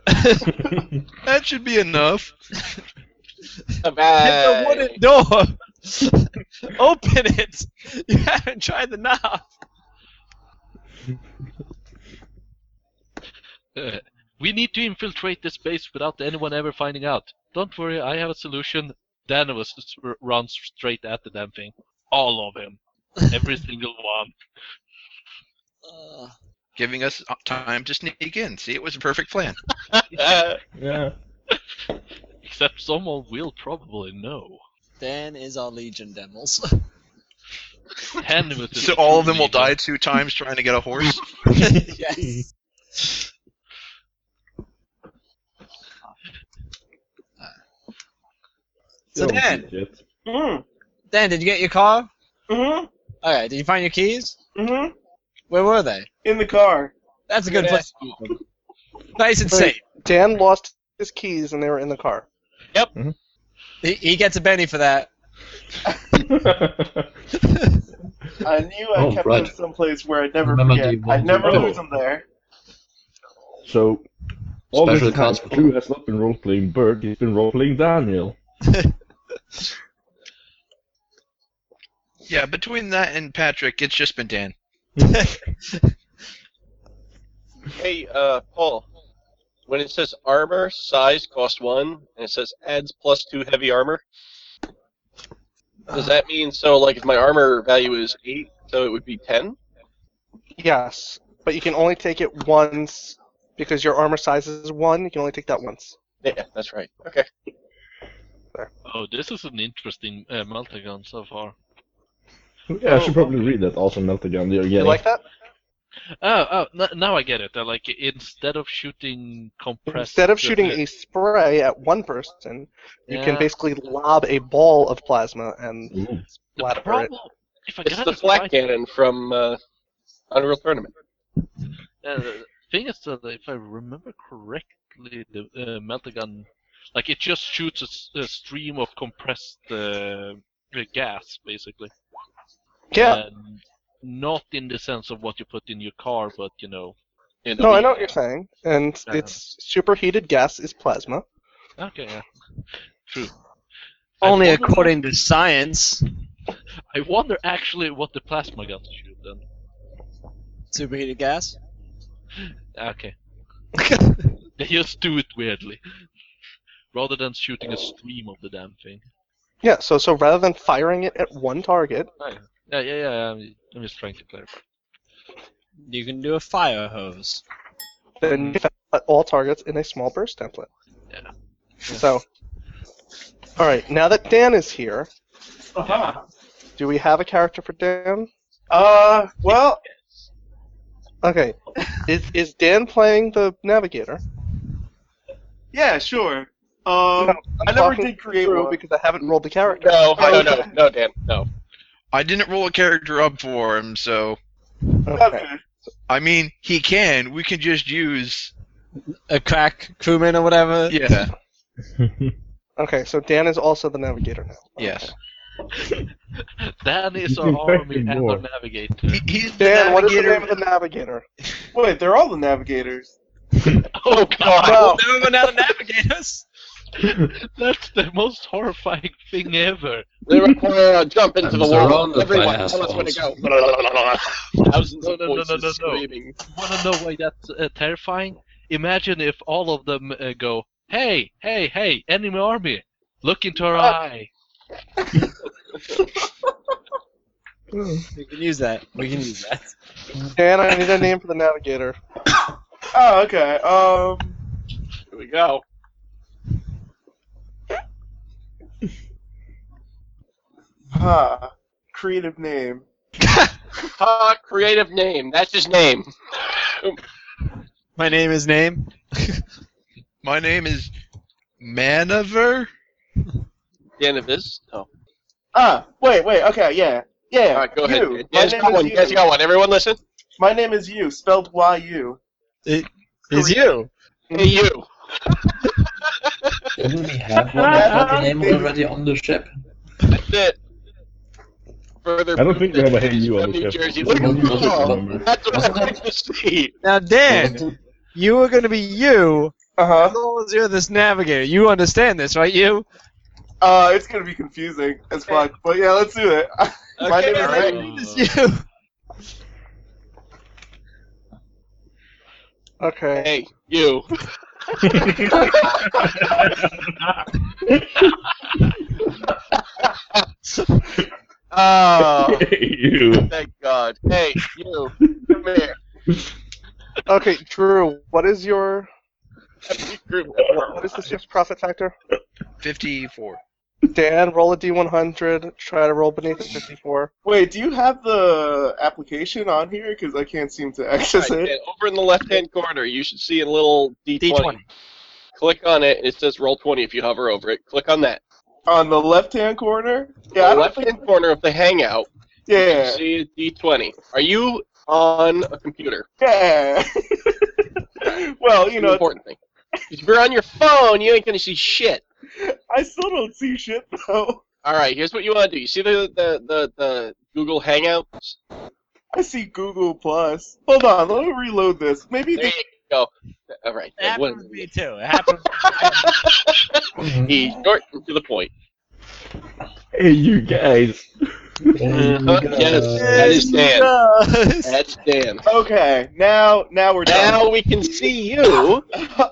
Speaker 3: that should be enough.
Speaker 9: Hit the wooden door. Open it. You haven't tried the knob.
Speaker 7: Uh, we need to infiltrate this base without anyone ever finding out. Don't worry, I have a solution. Danavus just r- runs straight at the damn thing. All of him. Every single one.
Speaker 3: Giving us uh, time to sneak in. See, it was a perfect plan.
Speaker 8: Yeah.
Speaker 7: Except someone will probably know.
Speaker 9: Dan is our Legion Devils.
Speaker 7: Danavus is
Speaker 3: So all of them will die two times trying to get a horse.
Speaker 9: yes. So
Speaker 8: Don't
Speaker 9: Dan,
Speaker 8: shit.
Speaker 9: Dan, did you get your car?
Speaker 11: Mm-hmm.
Speaker 9: All right. Did you find your keys?
Speaker 11: Mm-hmm.
Speaker 9: Where were they?
Speaker 11: In the car.
Speaker 9: That's a good
Speaker 11: Yeah.
Speaker 9: place to keep them. Nice and safe.
Speaker 5: Dan lost his keys and they were in the car.
Speaker 9: He, he gets a penny for that.
Speaker 13: I knew I
Speaker 8: Oh,
Speaker 13: kept
Speaker 8: right.
Speaker 13: them someplace where I'd never
Speaker 8: Remember
Speaker 13: forget.
Speaker 8: the
Speaker 13: I'd never
Speaker 8: multi-
Speaker 13: lose them there.
Speaker 8: So, all
Speaker 12: Special
Speaker 8: this time,
Speaker 12: constable.
Speaker 8: Drew has not been role playing Berg, he's been role playing Daniel.
Speaker 3: Yeah, between that and Patrick, it's just been Dan.
Speaker 6: Hey, uh, Paul. When it says armor, size, cost one, and it says adds plus two heavy armor, does that mean so, like, if my armor value is eight, so it would be ten?
Speaker 5: Yes, but you can only take it once because your armor size is one. You can only take that once.
Speaker 6: Yeah, that's right. Okay.
Speaker 7: Oh, this is an interesting uh, Meltagon so far.
Speaker 8: Yeah, I
Speaker 11: Oh,
Speaker 8: should probably read that also, Meltagon. You're getting.
Speaker 5: that?
Speaker 7: Oh, oh n- now I get it. I like instead of shooting compressed.
Speaker 5: Instead of shooting a spray at one person, you
Speaker 7: Yeah.
Speaker 5: can basically lob a ball of plasma and splatter it.
Speaker 6: it's the flak cannon from uh, Unreal Tournament.
Speaker 7: Uh, the thing is that if I remember correctly, the uh, Meltagon, like it just shoots a s- a, stream of compressed uh, uh, gas, basically.
Speaker 5: Yeah.
Speaker 7: And not in the sense of what you put in your car, but you know.
Speaker 5: No, I know what you're saying, and
Speaker 7: Uh-huh.
Speaker 5: it's superheated gas is plasma.
Speaker 7: Okay. Yeah. True.
Speaker 9: Only
Speaker 7: I wonder-
Speaker 9: according to science.
Speaker 7: I wonder actually what the plasma guns shoot then.
Speaker 9: Superheated gas.
Speaker 7: Okay. they just do it weirdly, rather than shooting a stream of the damn thing.
Speaker 5: Yeah, so so rather than firing it at one target,
Speaker 7: Yeah, yeah, yeah. I'm, I'm just trying to clarify.
Speaker 9: You can do a fire hose.
Speaker 5: then you fire at all targets in a small burst template.
Speaker 7: Yeah.
Speaker 5: So, all right, now that Dan is here,
Speaker 13: Uh-huh.
Speaker 5: do we have a character for Dan?
Speaker 13: Uh, well,
Speaker 5: Okay, is is Dan playing the navigator?
Speaker 13: yeah, sure. Um, I never did create one.
Speaker 5: because I haven't rolled the character.
Speaker 6: No, I don't know. No, Dan, no.
Speaker 3: I didn't roll a character up for him, so.
Speaker 5: Okay.
Speaker 3: I mean, he can. We can just use.
Speaker 9: A crack crewman or whatever.
Speaker 3: Yeah.
Speaker 5: Oh. Okay, so Dan is also the navigator now.
Speaker 3: Yes.
Speaker 7: Dan is
Speaker 5: He's
Speaker 7: our army
Speaker 5: infected
Speaker 7: and
Speaker 5: more.
Speaker 7: our navigator.
Speaker 3: he's
Speaker 5: Dan, what is the name of the navigator?
Speaker 13: Wait, they're all the navigators.
Speaker 7: oh God!
Speaker 13: Well-
Speaker 7: now we're not navigators. That's the most horrifying thing ever.
Speaker 6: They require a jump into
Speaker 7: I'm
Speaker 6: the wall.
Speaker 7: surrounded by
Speaker 6: Everyone, tell us where to go. Thousands
Speaker 7: No,
Speaker 6: of
Speaker 7: no, no, no,
Speaker 6: voices
Speaker 7: no, no.
Speaker 6: screaming.
Speaker 7: Wanna know why that's uh, terrifying? Imagine if all of them uh, go, "Hey, hey, hey, enemy army! Look into our
Speaker 6: Ah.
Speaker 7: eye."
Speaker 9: We can use that. We can use that.
Speaker 5: Hmm. Dan, I need a name for the navigator.
Speaker 13: Oh, okay. Um,
Speaker 6: here we go.
Speaker 13: huh. Creative name.
Speaker 6: Ha! Creative name. That's his name.
Speaker 9: My name is name.
Speaker 3: My name is Manaver?
Speaker 6: Danavis. Oh.
Speaker 13: Ah, wait, wait. Okay, yeah, yeah.
Speaker 6: All right, go ahead.
Speaker 13: Uh, you.
Speaker 6: Dan.
Speaker 13: My
Speaker 6: Dan's
Speaker 13: name
Speaker 6: got
Speaker 13: is
Speaker 6: one.
Speaker 13: you.
Speaker 6: Dan's got one. Everyone, listen.
Speaker 13: My name is you, spelled Y U.
Speaker 9: It is you.
Speaker 6: Hey, you.
Speaker 12: Didn't we have one that had the name already on the ship?
Speaker 6: That's it. Further.
Speaker 8: I don't think we have a Hey You on
Speaker 6: New
Speaker 8: the ship.
Speaker 6: Jersey. Look at
Speaker 8: Wasn't it
Speaker 6: Paul.
Speaker 8: number?
Speaker 6: That's what I wanted to see.
Speaker 9: Now, Dan, you are going to be you.
Speaker 13: Uh huh.
Speaker 9: As long as you're this navigator, you understand this, right? You.
Speaker 13: Uh, it's gonna be confusing as fuck. But yeah, let's do it. My
Speaker 6: Okay,
Speaker 13: name is
Speaker 6: alright.
Speaker 13: you.
Speaker 9: It's you.
Speaker 5: Okay.
Speaker 6: Hey, you.
Speaker 5: Oh.
Speaker 8: you.
Speaker 6: Thank God. Hey, you. Come here.
Speaker 5: Okay, Drew, what is your
Speaker 6: What
Speaker 5: what is the ship's profit factor?
Speaker 3: 54.
Speaker 5: Dan, roll a d100. Try to roll beneath a 54.
Speaker 13: Wait, do you have the application on here? Because I can't seem to access
Speaker 6: Right,
Speaker 13: it.
Speaker 6: and over in the left-hand corner, you should see a little D20. Click on it. It says roll 20 if you hover over it. Click on that.
Speaker 13: On the left-hand corner. Yeah, I
Speaker 6: the
Speaker 13: don't
Speaker 6: left-hand corner of the Hangout, you
Speaker 13: Yeah.
Speaker 6: see a D20. Are you on a computer?
Speaker 13: Yeah. well,
Speaker 6: That's
Speaker 13: you
Speaker 6: the
Speaker 13: know,
Speaker 6: important thing. If you're on your phone, you ain't gonna see shit.
Speaker 13: I still don't see shit though.
Speaker 6: All right, here's what you want to do. You see the the the, the Google Hangouts?
Speaker 13: I see Google Plus. Hold on, let me reload this. Maybe
Speaker 6: there you go. All right.
Speaker 13: That
Speaker 6: one-
Speaker 13: happened
Speaker 9: Me too. It happened.
Speaker 6: He's short and to the point.
Speaker 8: Hey, you guys.
Speaker 6: Uh, yes, that is Dan. That's Dan.
Speaker 13: Okay, now now we're
Speaker 6: done. Now we can see you.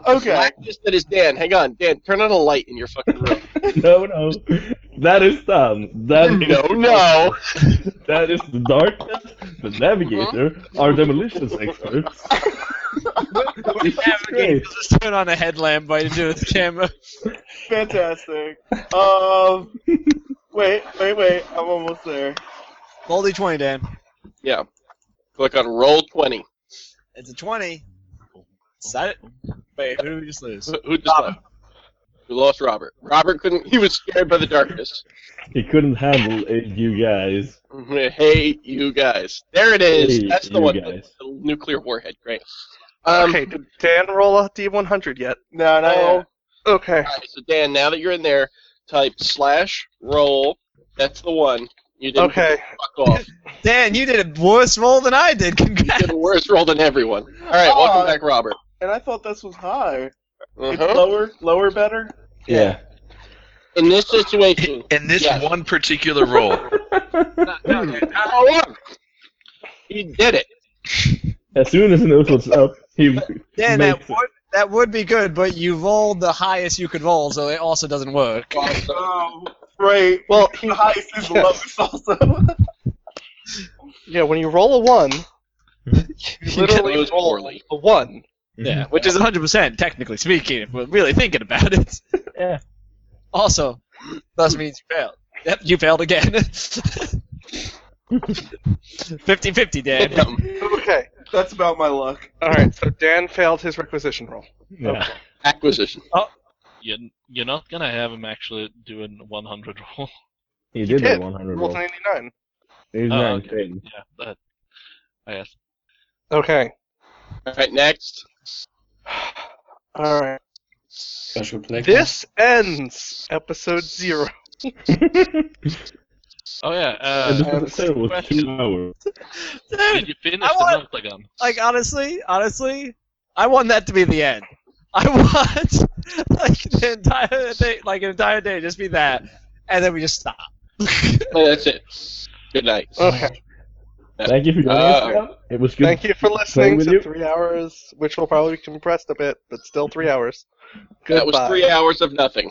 Speaker 13: okay.
Speaker 6: Blackness that is Dan. Hang on, Dan. Turn on a light in your fucking room.
Speaker 8: no, no. That is done. That
Speaker 6: no, no.
Speaker 8: That is the darkness, the navigator,
Speaker 11: Uh-huh.
Speaker 8: our demolitions expert.
Speaker 11: Navigate, Just turn on a headlamp by into the camera.
Speaker 13: Fantastic. Um, wait, wait, wait. I'm almost there.
Speaker 9: Moldy 20, Dan.
Speaker 6: Yeah. Click on roll twenty.
Speaker 9: It's a 20. Is that it? Wait, who did we just lose?
Speaker 6: Who, who just left? We lost Robert. Robert couldn't. He was scared by the darkness.
Speaker 8: He couldn't handle it, you guys.
Speaker 6: hey, you guys. There it is.
Speaker 8: Hey,
Speaker 6: That's the
Speaker 8: you
Speaker 6: one. The,
Speaker 8: guys.
Speaker 6: the nuclear warhead. Great. Um,
Speaker 5: okay, did Dan roll a D100 yet?
Speaker 13: No,
Speaker 6: not yet. All
Speaker 5: Okay.
Speaker 6: right, so Dan, now that you're in there, type slash roll. That's the one. You did
Speaker 5: Okay.
Speaker 6: Fuck off.
Speaker 9: Dan, you did a worse roll than I did. Congrats.
Speaker 6: You did a worse roll than everyone. All right, welcome
Speaker 13: Aw.
Speaker 6: back, Robert.
Speaker 13: Uh, And I thought this was high. It's
Speaker 6: Uh-huh.
Speaker 13: lower, lower, better.
Speaker 8: Yeah.
Speaker 6: In this situation.
Speaker 3: In this one particular role.
Speaker 6: Hold on. He did it.
Speaker 8: As soon as he knows what's up, he
Speaker 9: Dan,
Speaker 8: makes
Speaker 9: that would, that would be good, but you rolled the highest you could roll, so it also doesn't work.
Speaker 13: Oh, right. Well, he highest is the lowest also.
Speaker 5: Yeah, when you roll a one,
Speaker 6: you literally roll poorly.
Speaker 5: a one.
Speaker 9: Yeah, which is 100%, technically speaking, if we're really thinking about it.
Speaker 8: Yeah.
Speaker 9: Also, thus means you failed. Yep, you failed again. 50 50, Dan.
Speaker 5: Okay.
Speaker 13: That's about my luck.
Speaker 5: All right, so Dan failed his requisition roll. Oh,
Speaker 8: Yeah.
Speaker 6: Acquisition.
Speaker 7: You're, you're not gonna have him actually doing 100 roll.
Speaker 8: He did,
Speaker 5: did.
Speaker 8: the 100
Speaker 5: Rolled
Speaker 8: roll.
Speaker 5: an 89.
Speaker 8: He's
Speaker 7: Oh,
Speaker 8: not
Speaker 7: okay.
Speaker 8: insane.
Speaker 7: Yeah, that. I guess.
Speaker 5: Okay.
Speaker 6: All right, next.
Speaker 5: All right.
Speaker 12: Special play.
Speaker 5: This ends episode zero.
Speaker 7: Oh yeah.
Speaker 8: And this
Speaker 7: Uh, I
Speaker 8: was
Speaker 7: have a
Speaker 8: terrible,
Speaker 7: question.
Speaker 8: two hours.
Speaker 7: Did you finish
Speaker 9: I want-
Speaker 7: the Noctagon?
Speaker 9: Like, honestly, honestly, I want that to be the end. I want, like, the entire day, like, an entire day just be that, and then we just stop.
Speaker 6: Well, that's it. Good night.
Speaker 5: Okay.
Speaker 8: Thank you for joining
Speaker 6: Uh,
Speaker 8: us. It was good.
Speaker 5: Thank you for
Speaker 8: playing
Speaker 5: listening
Speaker 8: with
Speaker 5: to
Speaker 8: you.
Speaker 5: three hours, which will probably be compressed a bit, but still three hours.
Speaker 6: That was
Speaker 5: Goodbye.
Speaker 6: three hours of nothing.